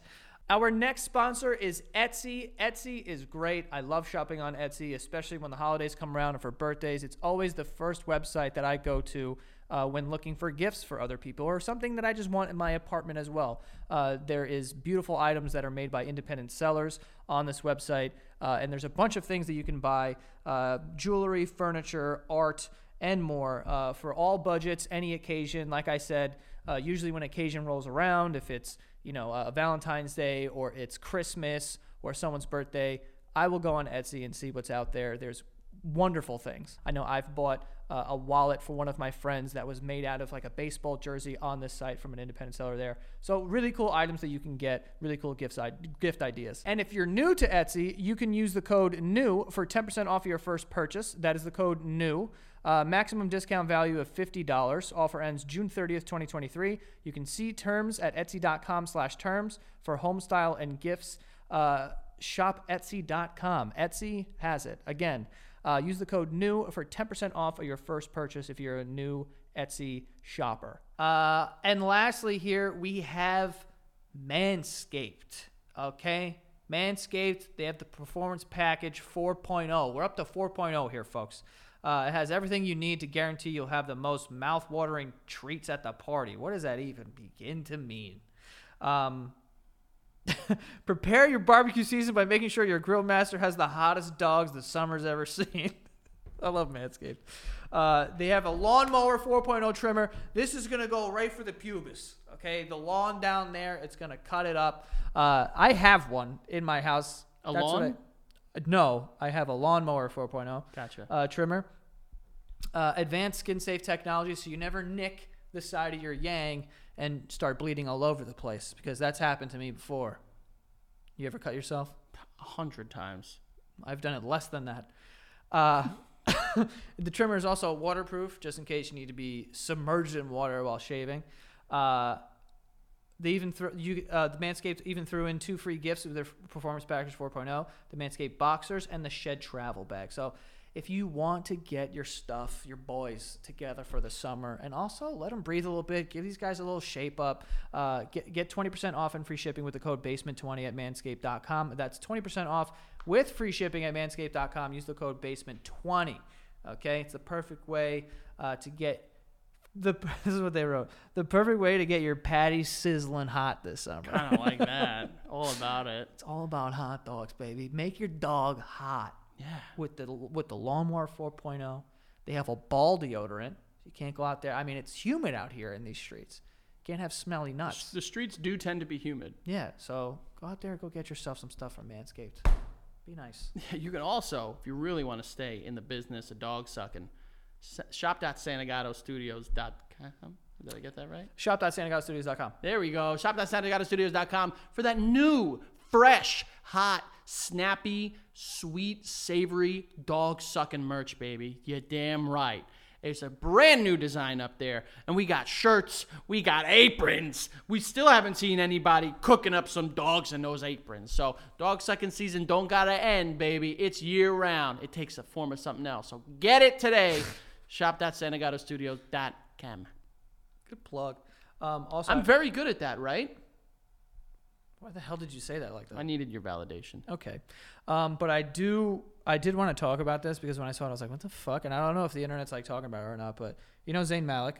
S1: Our next sponsor is Etsy. Etsy is great. I love shopping on Etsy, especially when the holidays come around and for birthdays. It's always the first website that I go to uh, when looking for gifts for other people or something that I just want in my apartment as well. Uh, there is beautiful items that are made by independent sellers on this website, uh, and there's a bunch of things that you can buy: uh, jewelry, furniture, art and more uh, for all budgets, any occasion. Like I said, uh, usually when occasion rolls around, if it's you know uh, Valentine's Day or it's Christmas or someone's birthday, I will go on Etsy and see what's out there. There's wonderful things. I know I've bought uh, a wallet for one of my friends that was made out of like a baseball jersey on this site from an independent seller there. So really cool items that you can get, really cool gifts i- gift ideas. And if you're new to Etsy, you can use the code new for 10% off your first purchase. That is the code new. Uh, maximum discount value of $50. Offer ends June 30th, 2023. You can see terms at etsy.com slash terms for home style and gifts. Uh, shop etsy.com. Etsy has it. Again, uh, use the code new for 10% off of your first purchase if you're a new Etsy shopper. Uh, and lastly, here we have Manscaped. Okay? Manscaped, they have the performance package 4.0. We're up to 4.0 here, folks. Uh, it has everything you need to guarantee you'll have the most mouth-watering treats at the party. What does that even begin to mean? Um, Prepare your barbecue season by making sure your grill master has the hottest dogs the summer's ever seen. I love Manscaped. Uh, they have a lawnmower 4.0 trimmer. This is going to go right for the pubis. Okay, the lawn down there, it's going to cut it up. Uh, I have one in my house.
S2: A
S1: what
S2: lawn?
S1: I- no, I have a lawnmower 4.0
S2: Gotcha.
S1: uh, trimmer. Uh, advanced skin safe technology, so you never nick the side of your yang and start bleeding all over the place because that's happened to me before. You ever cut yourself?
S2: A hundred times.
S1: I've done it less than that. Uh, the trimmer is also waterproof, just in case you need to be submerged in water while shaving. Uh, they even throw you uh, the Manscaped even threw in two free gifts with their performance package 4.0, the Manscaped boxers and the Shed travel bag. So if you want to get your stuff, your boys together for the summer, and also let them breathe a little bit, give these guys a little shape up. Uh, get get 20% off and free shipping with the code basement20 at manscaped.com. That's 20% off with free shipping at manscaped.com. Use the code basement20. Okay, it's the perfect way uh, to get the this is what they wrote. The perfect way to get your patty sizzling hot this summer.
S2: Kind of like that. All about it.
S1: It's all about hot dogs, baby. Make your dog hot
S2: Yeah.
S1: with the with the lawnmower 4.0. They have a ball deodorant. You can't go out there. I mean, it's humid out here in these streets. Can't have smelly nuts.
S2: The streets do tend to be humid.
S1: Yeah, so go out there and go get yourself some stuff from Manscaped. Be nice.
S2: You can also, if you really want to stay in the business of dog sucking, s- shop.sanagadostudios.com. Did I get that right?
S1: Shop.santagostudios.com.
S2: There we go. Shop.sanagadostudios.com for that new, fresh, hot, snappy, sweet, savory dog sucking merch, baby. You're damn right. It's a brand new design up there, and we got shirts, we got aprons. We still haven't seen anybody cooking up some dogs in those aprons. So, dog sucking season don't gotta end, baby. It's year round. It takes the form of something else. So, get it today. Shop.sanagadostudios.com.
S1: Good plug. Um, also,
S2: I'm very good at that, right?
S1: why the hell did you say that like that?
S2: I needed your validation.
S1: Okay, um, but I do. I did want to talk about this because when I saw it, I was like, "What the fuck?" And I don't know if the internet's like talking about it or not, but you know Zayn Malik,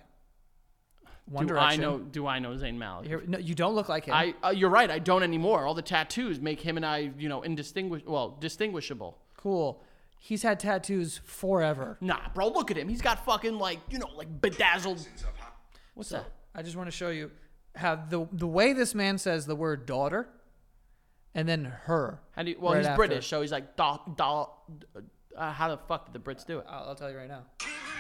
S1: One
S2: do
S1: Direction.
S2: I know? Do I know Zayn Malik?
S1: Here- no, you don't look like him.
S2: I. Uh, you're right. I don't anymore. All the tattoos make him and I, you know, indistinguish. Well, distinguishable.
S1: cool. He's had tattoos forever.
S2: Nah, bro. Look at him. He's got fucking like, you know, like bedazzled. What's
S1: So
S2: that?
S1: I just want to show you how the the way this man says the word daughter, and then her.
S2: How do you? Well,
S1: right
S2: he's
S1: after.
S2: British, so he's like, da, da, uh, how the fuck did the Brits do it?
S1: I'll, I'll tell you right now.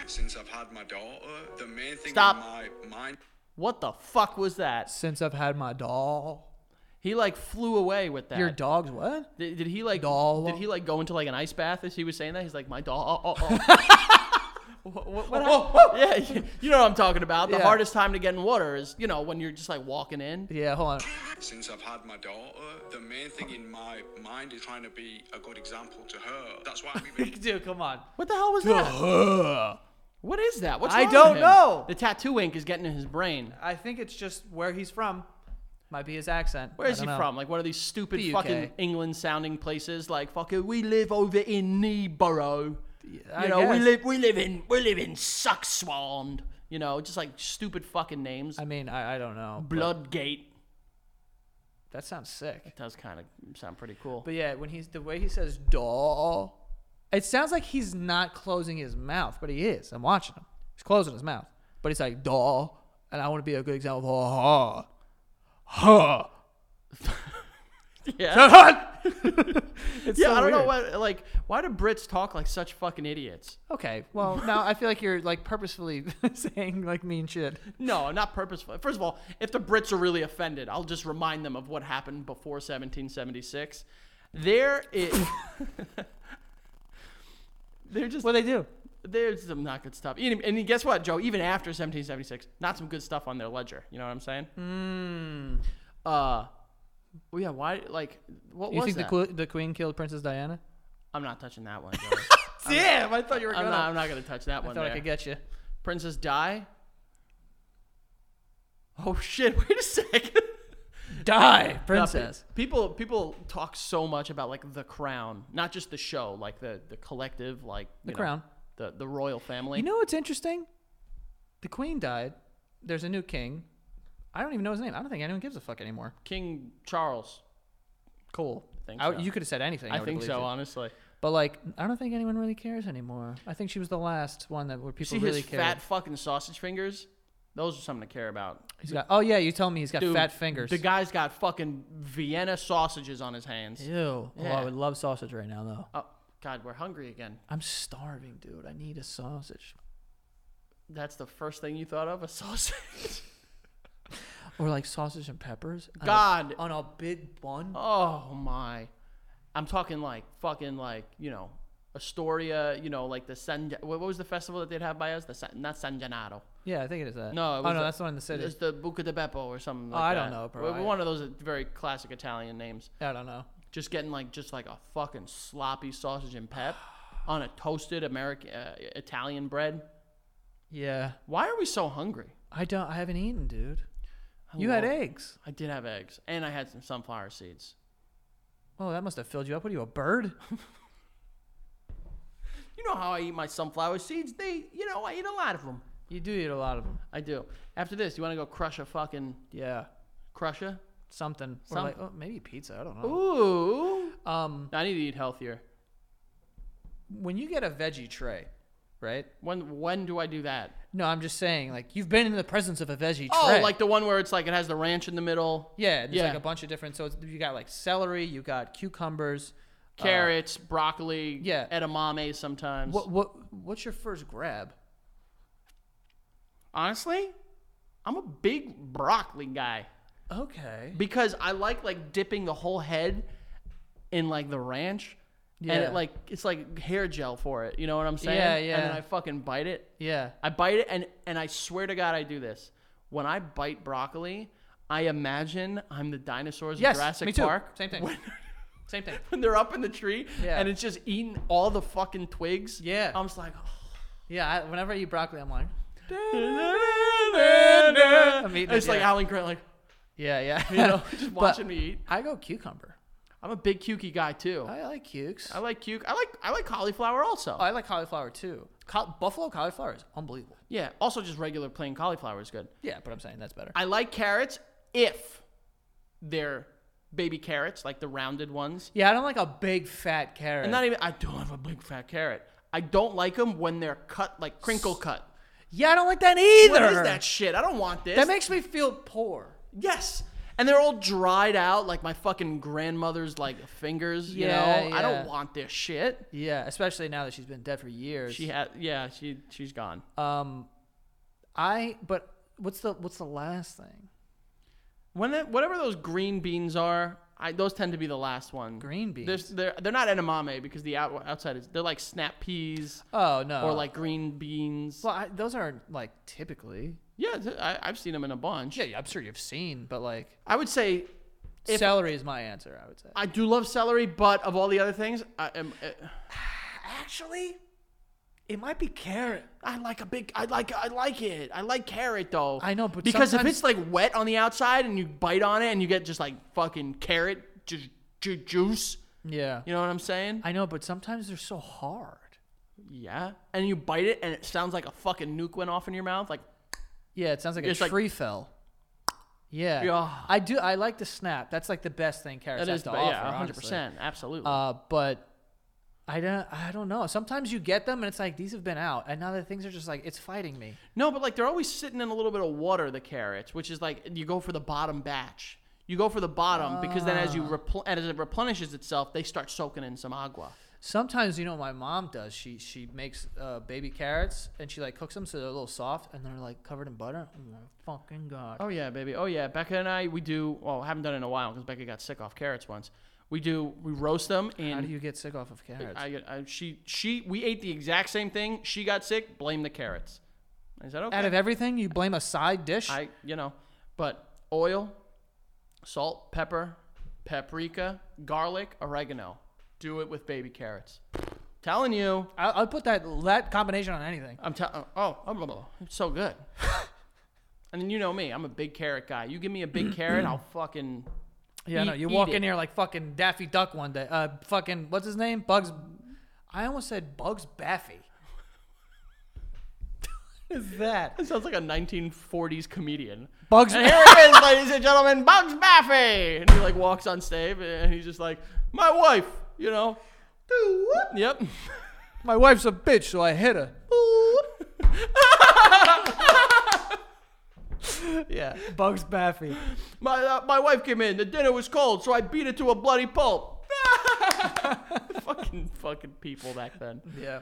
S3: Since I've had my daughter, the main thing
S2: Stop.
S3: in my mind
S2: What the fuck was that?
S1: Since I've had my doll,
S2: He like flew away with that.
S1: your dog's what?
S2: Did, did he like?
S1: Doll.
S2: Did he like go into like an ice bath as he was saying that? He's like, my doll. Oh, oh, oh. What- what- what hap- Yeah, you- you know what I'm talking about. The
S1: Yeah.
S2: hardest time to get in water is, you know, when you're just like walking in.
S1: Yeah, hold on.
S3: since I've had my daughter, the main thing in my mind is trying to be a good example to her. That's why we made
S1: Dude, come on.
S2: What the hell was that? What is that? What's
S1: I
S2: wrong
S1: don't
S2: with him?
S1: know.
S2: The tattoo ink is getting in his brain.
S1: I think it's just where he's from. Might be his accent.
S2: Where
S1: I
S2: is he
S1: don't know.
S2: from? Like one of these stupid
S1: The UK.
S2: fucking England sounding places. Like fucking, we live over in Kneeborough.
S1: I
S2: you know, we
S1: guess.
S2: live, we live in, we live in Suckswand. You know, just like stupid fucking names.
S1: I mean, I, I don't know. but
S2: Bloodgate.
S1: That sounds sick.
S2: does kind of sound pretty cool.
S1: But yeah, when he's the way he says doll, it sounds like he's not closing his mouth, but he is. I'm watching him. He's closing his mouth, but he's like doll, and I want to be a good example. of Ha ha.
S2: yeah,
S1: ha. it's
S2: yeah.
S1: so
S2: I don't
S1: weird.
S2: know what like why do Brits talk like such fucking idiots?
S1: Okay, well now I feel like you're like purposefully saying like mean shit.
S2: No, not purposeful. First of all, if the Brits are really offended, I'll just remind them of what happened before 1776. There is. They're just
S1: What they do?
S2: there's some not good stuff. And, and guess what, Joe? Even after 1776, not some good stuff on their ledger. You know what I'm saying? Mm.
S1: Hmm.
S2: Uh, well, yeah. Why? Like, what
S1: You
S2: was
S1: think
S2: that?
S1: the, que- the queen killed Princess Diana?
S2: I'm not touching that one. Joe.
S1: Damn, I thought you were
S2: I'm not. I'm not gonna touch that
S1: I
S2: one.
S1: thought
S2: there.
S1: I could get you.
S2: Princess Di. Oh shit! Wait a second.
S1: Die,
S2: No, pe-
S1: princess.
S2: people people talk so much about like the crown, not just the show, like the the collective, like the
S1: Crown.
S2: the the royal family.
S1: You know what's interesting? The queen died. There's a new king. I don't even know his name. I don't think anyone gives a fuck anymore.
S2: King Charles. Cool. Think
S1: I,
S2: so.
S1: You could have said anything. I,
S2: I
S1: would
S2: think
S1: have
S2: so,
S1: believed
S2: honestly.
S1: you. But like, I don't think anyone really cares anymore. I think she was the last one that where people
S2: See
S1: really
S2: his
S1: cared.
S2: fat fucking sausage fingers? Those are something to care about.
S1: He's got. Oh yeah, you tell me he's got
S2: Dude,
S1: fat fingers.
S2: The guy's got fucking Vienna sausages on his hands.
S1: Ew. Oh,
S2: Yeah.
S1: I would love sausage right now though.
S2: Oh, God, we're hungry again.
S1: I'm starving, dude. I need a sausage.
S2: That's the first thing you thought of? A sausage?
S1: Or like sausage and peppers. on a-
S2: God.
S1: on a big bun.
S2: Oh, my. I'm talking like fucking like, you know, Astoria, you know, like the San... What what was the festival that they'd have by us? The San, Not San Gennaro.
S1: Yeah, I think it is that.
S2: No, it
S1: oh
S2: was
S1: no,
S2: the-
S1: that's the one in the city.
S2: It's the Buca di Beppo or something
S1: Oh,
S2: like
S1: I
S2: that.
S1: don't know, bro.
S2: W- One of those uh, very classic Italian names.
S1: I don't know.
S2: just getting like just like a fucking sloppy sausage and pep on a toasted American uh, Italian bread.
S1: Yeah,
S2: Why are we so hungry?
S1: I don't. I haven't eaten, dude. you had
S2: love-
S1: eggs.
S2: I did have eggs and I had some sunflower seeds.
S1: Oh, that must have filled you up. What are you, a bird?
S2: You know how I eat my sunflower seeds? They, you know, I eat a lot of them.
S1: you do eat a lot of them.
S2: I do. After this, you want to go crush a fucking
S1: Yeah,
S2: crusher?
S1: something. Or
S2: Some-
S1: like, oh, maybe pizza. I don't know.
S2: Ooh.
S1: Um,
S2: I need to eat healthier.
S1: when you get a veggie tray, right?
S2: When when do I do that?
S1: No, I'm just saying, like you've been in the presence of a veggie
S2: Oh,
S1: tray.
S2: like the one where it's like it has the ranch in the middle,
S1: yeah, there's like
S2: yeah.
S1: a bunch of different. So it's, you got like celery, you got cucumbers. uh,
S2: carrots, broccoli,
S1: yeah.
S2: edamame sometimes.
S1: what what what's your first grab?
S2: Honestly, I'm a big broccoli guy
S1: Okay.
S2: because I like like dipping the whole head in like the ranch. And
S1: Yeah.
S2: it like it's like hair gel for it. You know what I'm saying?
S1: Yeah,
S2: And then
S1: yeah.
S2: I fucking bite it.
S1: Yeah.
S2: I bite it and and I swear to god I do this. When I bite broccoli, I imagine I'm the dinosaurs in
S1: Yes.
S2: Jurassic
S1: me too.
S2: Park.
S1: Same thing. Same thing.
S2: When they're up in the tree
S1: Yeah.
S2: and it's just eating all the fucking twigs.
S1: Yeah.
S2: I'm just like "Oh."
S1: Yeah. I, whenever I eat broccoli, I'm like.
S2: I'm
S1: eating
S2: it's
S1: it,
S2: like
S1: yeah.
S2: Alan Grant like
S1: Yeah, yeah.
S2: you know, just
S1: But
S2: watching me eat.
S1: I go cucumber.
S2: I'm a big cukey guy too.
S1: I like cukes.
S2: I like cuke. I like I like cauliflower also.
S1: I like cauliflower too. Cau- Buffalo cauliflower is unbelievable.
S2: yeah, also just regular plain cauliflower is good.
S1: Yeah, but I'm saying that's better.
S2: I like carrots if they're baby carrots, like the rounded ones.
S1: yeah, I don't like a big fat carrot.
S2: And not even I don't have a big fat carrot. I don't like them when they're cut like crinkle cut.
S1: yeah, I don't like that either.
S2: What is that shit? I don't want this.
S1: That makes me feel poor.
S2: yes. And they're all dried out like my fucking grandmother's like fingers, you
S1: Yeah,
S2: know. I
S1: yeah.
S2: don't want this shit.
S1: Yeah, especially now that she's been dead for years.
S2: She had yeah, she she's gone.
S1: um, I but what's the what's the last thing?
S2: When that, whatever those green beans are, I, those tend to be the last one.
S1: Green beans.
S2: There's, they're they're not edamame because the out, outside is they're like snap peas
S1: oh no.
S2: or like green beans.
S1: well, I, those are like typically.
S2: yeah, th- I, I've seen them in a bunch.
S1: Yeah, I'm sure you've seen, but like
S2: I would say If-
S1: celery is my answer. I would say.
S2: I do love celery, but of all the other things, I am. Uh,
S1: Actually, it might be carrot.
S2: I like a big. I like. I like it. I like carrot though.
S1: I know, but
S2: because if
S1: sometimes-
S2: it's like wet on the outside and you bite on it and you get just like fucking carrot ju- ju- juice,
S1: Yeah.
S2: you know what I'm saying?
S1: I know, but sometimes they're so hard.
S2: yeah. And you bite it and it sounds like a fucking nuke went off in your mouth. Like
S1: Yeah, it sounds like
S2: It's
S1: a
S2: like-
S1: tree fell. Yeah.
S2: Yeah.
S1: I do. I like the snap. That's like the best thing carrots
S2: That
S1: have
S2: is,
S1: to
S2: ba-
S1: offer.
S2: yeah, 100
S1: honestly.
S2: percent, absolutely.
S1: Uh, but I don't. I don't know. Sometimes you get them, and it's like these have been out, and now the things are just like it's fighting me.
S2: no, but like they're always sitting in a little bit of water. The carrots, which is like you go for the bottom batch. You go for the bottom because then as you
S1: Ah.
S2: repl- as it replenishes itself, they start soaking in some agua.
S1: Sometimes you know what my mom does. She she makes uh, baby carrots and she like cooks them so they're a little soft and they're like covered in butter. Oh my fucking god.
S2: Oh yeah, baby. Oh yeah, Becca and I we do. Well, haven't done it in a while because Becca got sick off carrots once. We do. We roast them and.
S1: How do you get sick off of carrots?
S2: I, I, she, she, we ate the exact same thing. She got sick. Blame the carrots. I said, okay.
S1: Out of everything, you blame a side dish.
S2: I you know, but oil, salt, pepper, paprika, garlic, oregano. Do it with baby carrots. Telling you,
S1: I'll, I'll put that that combination on anything.
S2: I'm telling. Oh, oh, blah, blah, blah. it's so good. and then you know me, I'm a big carrot guy. You give me a big carrot, I'll fucking.
S1: Yeah, no,
S2: eat-
S1: you
S2: eat
S1: walk
S2: it.
S1: in here like fucking Daffy Duck one day. Uh, fucking what's his name? Bugs. I almost said Bugs Baffy. is that?
S2: It sounds like a 1940s comedian.
S1: Bugs
S2: And here it is, ladies and gentlemen, Bugs Baffy. And he like walks on stage and he's just like, my wife, you know. Yep.
S1: My wife's a bitch, so I hit her.
S2: yeah.
S4: Bugs Baffy.
S2: My uh, my wife came in. The dinner was cold, so I beat it to a bloody pulp. fucking fucking people back then.
S1: Yeah.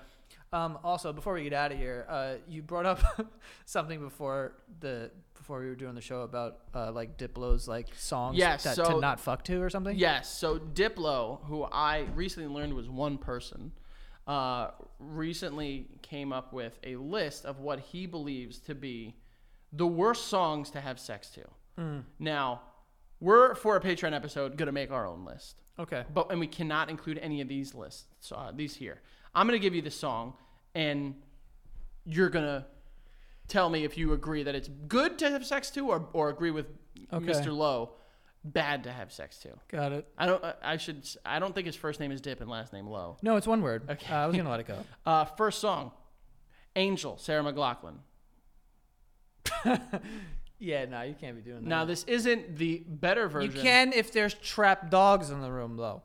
S1: Um, also, before we get out of here, uh, you brought up something before the before we were doing the show about uh, like Diplo's like songs
S2: Yes,
S1: that
S2: so-
S1: to not fuck to or something.
S2: Yes. So Diplo, who I recently learned was one person, uh, recently came up with a list of what he believes to be the worst songs to have sex to. Now, we're for a Patreon episode gonna make our own list.
S1: Okay.
S2: but and we cannot include any of these lists uh, these here i'm going to give you the song and you're going to tell me if you agree that it's good to have sex to or, or agree with mr lowe bad to have sex to
S1: Got it.
S2: i don't i should i don't think his first name is dip and last name lowe
S1: No, it's one word. Okay. Uh, I was gonna let it go.
S2: uh, first song angel sarah mclaughlin
S1: Yeah, no, you can't be doing that.
S2: now this isn't the better
S1: Mm. you
S2: version
S1: can if there's trap dogs in the room though.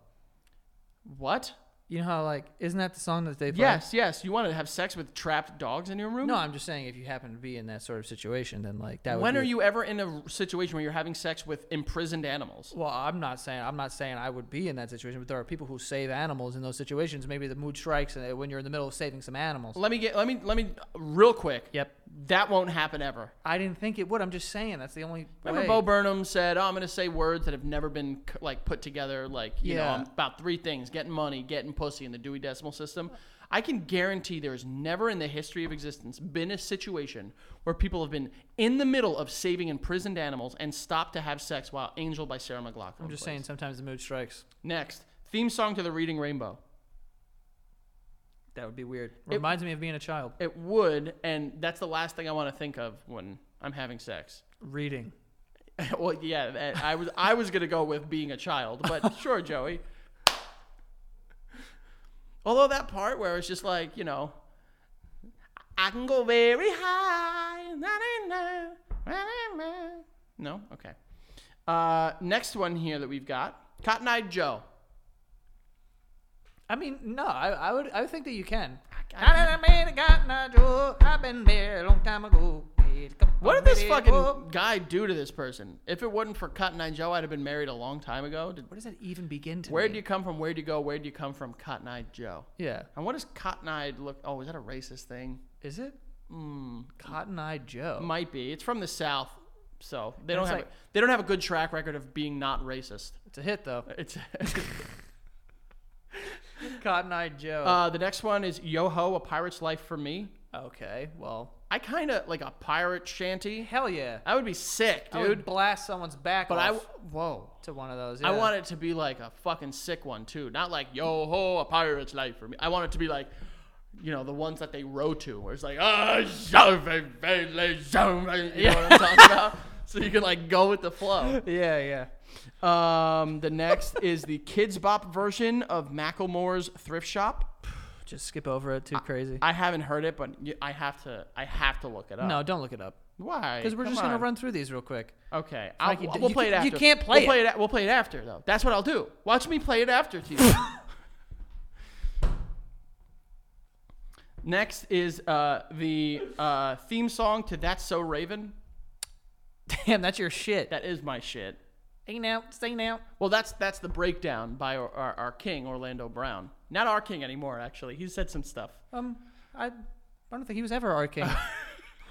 S2: what
S1: You know how like isn't that the song that they play?
S2: yes yes you want to have sex with trapped dogs in your room
S1: No, I'm just saying if you happen to be in that sort of situation, then like that.
S2: when
S1: would
S2: are
S1: be,
S2: you ever in a situation where you're having sex with imprisoned animals
S1: Well, I'm not saying I'm not saying I would be in that situation, but there are people who save animals in those situations. Maybe the mood strikes uh, when you're in the middle of saving some animals.
S2: Let me get. Let me. Let me. Real quick.
S1: Yep.
S2: That won't happen ever.
S1: I didn't think it would. I'm just saying that's the only
S2: Remember,
S1: way.
S2: Bo Burnham said, "Oh, I'm going to say words that have never been c- like put together. Like, you know,
S1: Yeah.
S2: I'm about three things: getting money, getting pussy, and the Dewey Decimal System." I can guarantee there has never in the history of existence been a situation where people have been in the middle of saving imprisoned animals and stopped to have sex while "Angel" by Sarah McLachlan.
S1: I'm just saying sometimes the mood strikes.
S2: Next theme song to the Reading Rainbow.
S1: That would be weird. Reminds me of being a child.
S2: It would, and that's the last thing I want to think of when I'm having sex.
S1: Reading.
S2: well, yeah, that- I was I was gonna go with being a child, but sure, Joey. Although that part where it's just like you know, I can go very high. na, na, na, na, na, na. No, okay. Uh, next one here that we've got Cotton Eye Joe.
S1: I mean, no, I, I would I would think that you can.
S2: I- What did this fucking guy do to this person? If it wasn't for Cotton Eye Joe, I'd have been married a long time ago. Did,
S1: What does that even begin to?
S2: where do
S1: mean?
S2: you come from? Where do you go? Where do you come from, Cotton Eye Joe?
S1: Yeah.
S2: And what does cotton eyed look? Oh, is that a racist thing?
S1: Is it?
S2: Hmm.
S1: Cotton Eye Joe.
S2: Might be. It's from the South, so they don't
S1: it's
S2: have
S1: like-
S2: they don't have a good track record of being not racist.
S1: it's a hit though.
S2: It's
S1: Cotton Eye Joe.
S2: uh, the next one is Yo Ho, a pirate's life for me.
S1: okay, well,
S2: I kind of like a pirate shanty.
S1: hell yeah,
S2: That would be sick,
S1: I would
S2: dude.
S1: blast someone's back.
S2: But I
S1: off
S2: whoa.
S1: to one of those.
S2: I
S1: yeah.
S2: want it to be like a fucking sick one too. Not like yo ho, a pirate's life for me. I want it to be like, you know, the ones that they row to, where it's like ah, so very, very, very," you know what I'm talking about. So you can like go with the flow.
S1: Yeah, yeah.
S2: Um, the next is the Kids Bop version of Macklemore's Thrift Shop.
S1: Just skip over it. Too crazy.
S2: I haven't heard it, but y- I have to. I have to look it up.
S1: no, don't look it up
S2: why?
S1: because we're
S2: Come
S1: just gonna
S2: on.
S1: run through these real quick.
S2: Okay, I'll,
S1: Frankie, d-
S2: we'll
S1: you
S2: play it
S1: can-
S2: after.
S1: you can't play
S2: we'll
S1: it.
S2: Play it. a- We'll play it after though. That's what I'll do. Watch me play it after to you. Next is uh, the uh, theme song to "That's So Raven."
S1: Damn, that's your shit.
S2: That is my shit.
S1: Stay now, stay now.
S2: Well, that's that's the breakdown by our, our, our king Orlando Brown. Not our king anymore, actually. He said some stuff.
S1: Um, I, I don't think he was ever our king.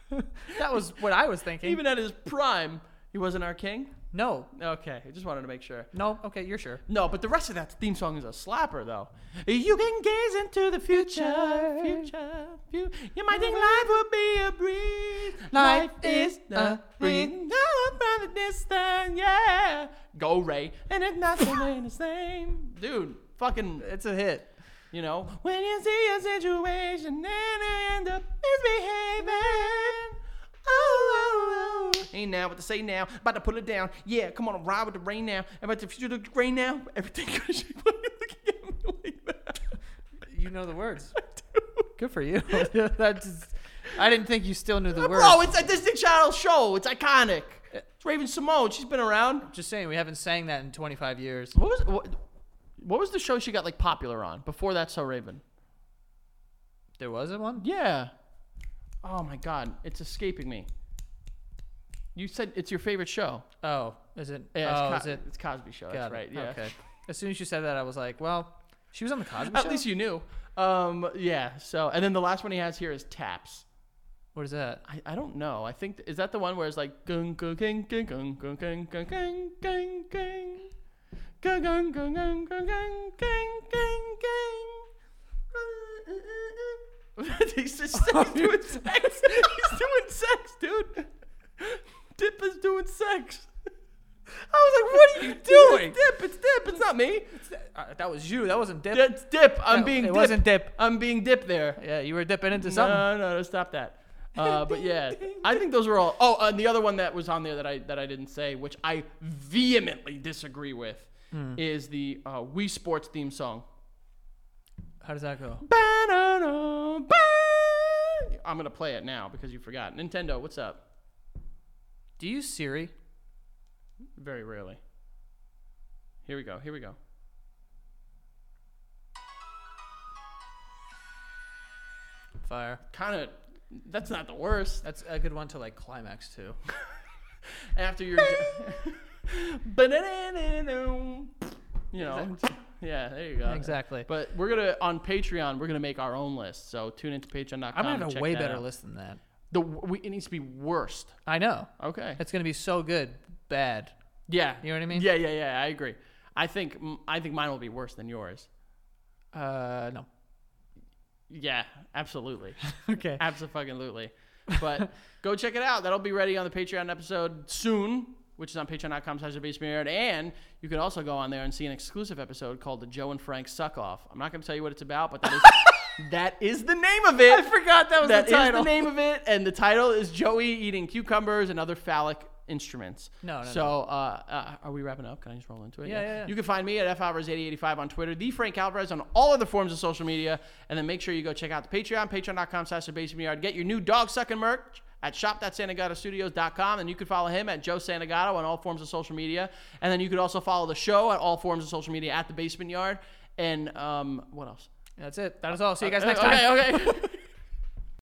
S1: that was what I was thinking.
S2: Even at his prime, he wasn't our king.
S1: no,
S2: Okay, I just wanted to make sure.
S1: no. Okay, you're sure.
S2: No, but the rest of that theme song is a slapper, though. You can gaze into the future, future, future. You might think life will be a breeze. Life is a breeze. No one from the distance, yeah. Go, Ray. And it's not the same. Dude, fucking,
S1: It's a hit.
S2: you know. When you see a situation and I end up misbehaving. Oh, oh, oh. Ain't now what to say now. About to pull it down. Yeah, come on, ride with the rain now. About the future look gray now. Everything goes shape. Why are you looking at me like that?
S1: You know the words. Good for you. that's I didn't think you still knew the word.
S2: Bro, it's a Disney Channel show. It's iconic. It's Raven Simone. She's been around.
S1: Just saying, we haven't sang that in 25 years.
S2: What was what, what was the show she got like popular on before That's So Raven?
S1: There was a one?
S2: Yeah. Oh my God, it's escaping me. You said it's your favorite show.
S1: Oh, is it?
S2: Yeah,
S1: oh,
S2: it's,
S1: is it?
S2: it's Cosby Show.
S1: Got
S2: that's
S1: it.
S2: right. Yeah.
S1: Okay. As soon as you said that, I was like, well, she was on the Cosby
S2: At
S1: Show?
S2: least you knew. Um, yeah. So, and then the last one he has here is Taps.
S1: What is that?
S2: I, I don't know. I think is that the one where it's like gung gung gung gung gung gung gung gung gung gung gung gung gung gung gung gung gung gung gung gung. He's just he's doing sex. He's doing sex, dude. Dip is doing sex. I was like, "What are you doing?" Dip, it's Dip. It's not me.
S1: Uh, that was you. That wasn't Dip.
S2: It's Dip. I'm
S1: No,
S2: being.
S1: it
S2: dip.
S1: wasn't Dip.
S2: I'm being Dip there.
S1: Yeah, you were dipping into something.
S2: No, no, no, stop that. Uh, but yeah, I think those were all. Oh, and the other one that was on there that I that I didn't say, which I vehemently disagree with,
S1: Hmm.
S2: is the uh, Wii Sports theme song.
S1: How does that go?
S2: Ba-da-da, ba- I'm gonna play it now because you forgot. Nintendo, what's up?
S1: Do you use Siri?
S2: Very rarely. Here we go. Here we go.
S1: Fire.
S2: Kind of. That's not the worst.
S1: That's a good one to like climax to.
S2: After you're. d- Ba-da-da-da-dum. you know. Yeah. There you go.
S1: Exactly. But
S2: But we're gonna on Patreon, we're gonna make our own list. So tune into Patreon.com.
S1: I'm gonna
S2: and
S1: have a
S2: check
S1: way
S2: that
S1: better
S2: out.
S1: list than that.
S2: The we, it needs to be worst.
S1: I know.
S2: Okay.
S1: It's gonna be so good, bad.
S2: yeah.
S1: You know what I mean?
S2: Yeah, yeah, yeah. I agree. I think m- I think mine will be worse than yours.
S1: Uh, no.
S2: Yeah, absolutely,
S1: Okay.
S2: absolutely. But go check it out. That'll be ready on the Patreon episode soon, which is on Patreon.com/slash The Basement Yard. And you can also go on there and see an exclusive episode called "The Joe and Frank Suck Off." I'm not gonna tell you what it's about, but that is that is the name of it.
S1: I forgot that was
S2: That
S1: the
S2: is
S1: title.
S2: the name of it, and the title is Joey eating cucumbers and other phallic instruments.
S1: No, no,
S2: So, Uh, uh, are we wrapping up? Can I just roll into it?
S1: Yeah, yeah, yeah.
S2: You can find me at fhours8085 on Twitter, the Frank Alvarez on all other forms of social media, and then make sure you go check out the Patreon, Patreon.com/slash The Basement Yard. Get your new dog sucking merch. At shop.santagatastudios.com, and you can follow him at Joe Santagato on all forms of social media. And then you could also follow the show at all forms of social media at the basement yard. And um, what else?
S1: That's it. That is all. See you guys
S2: Uh,
S1: next time.
S2: Okay, okay.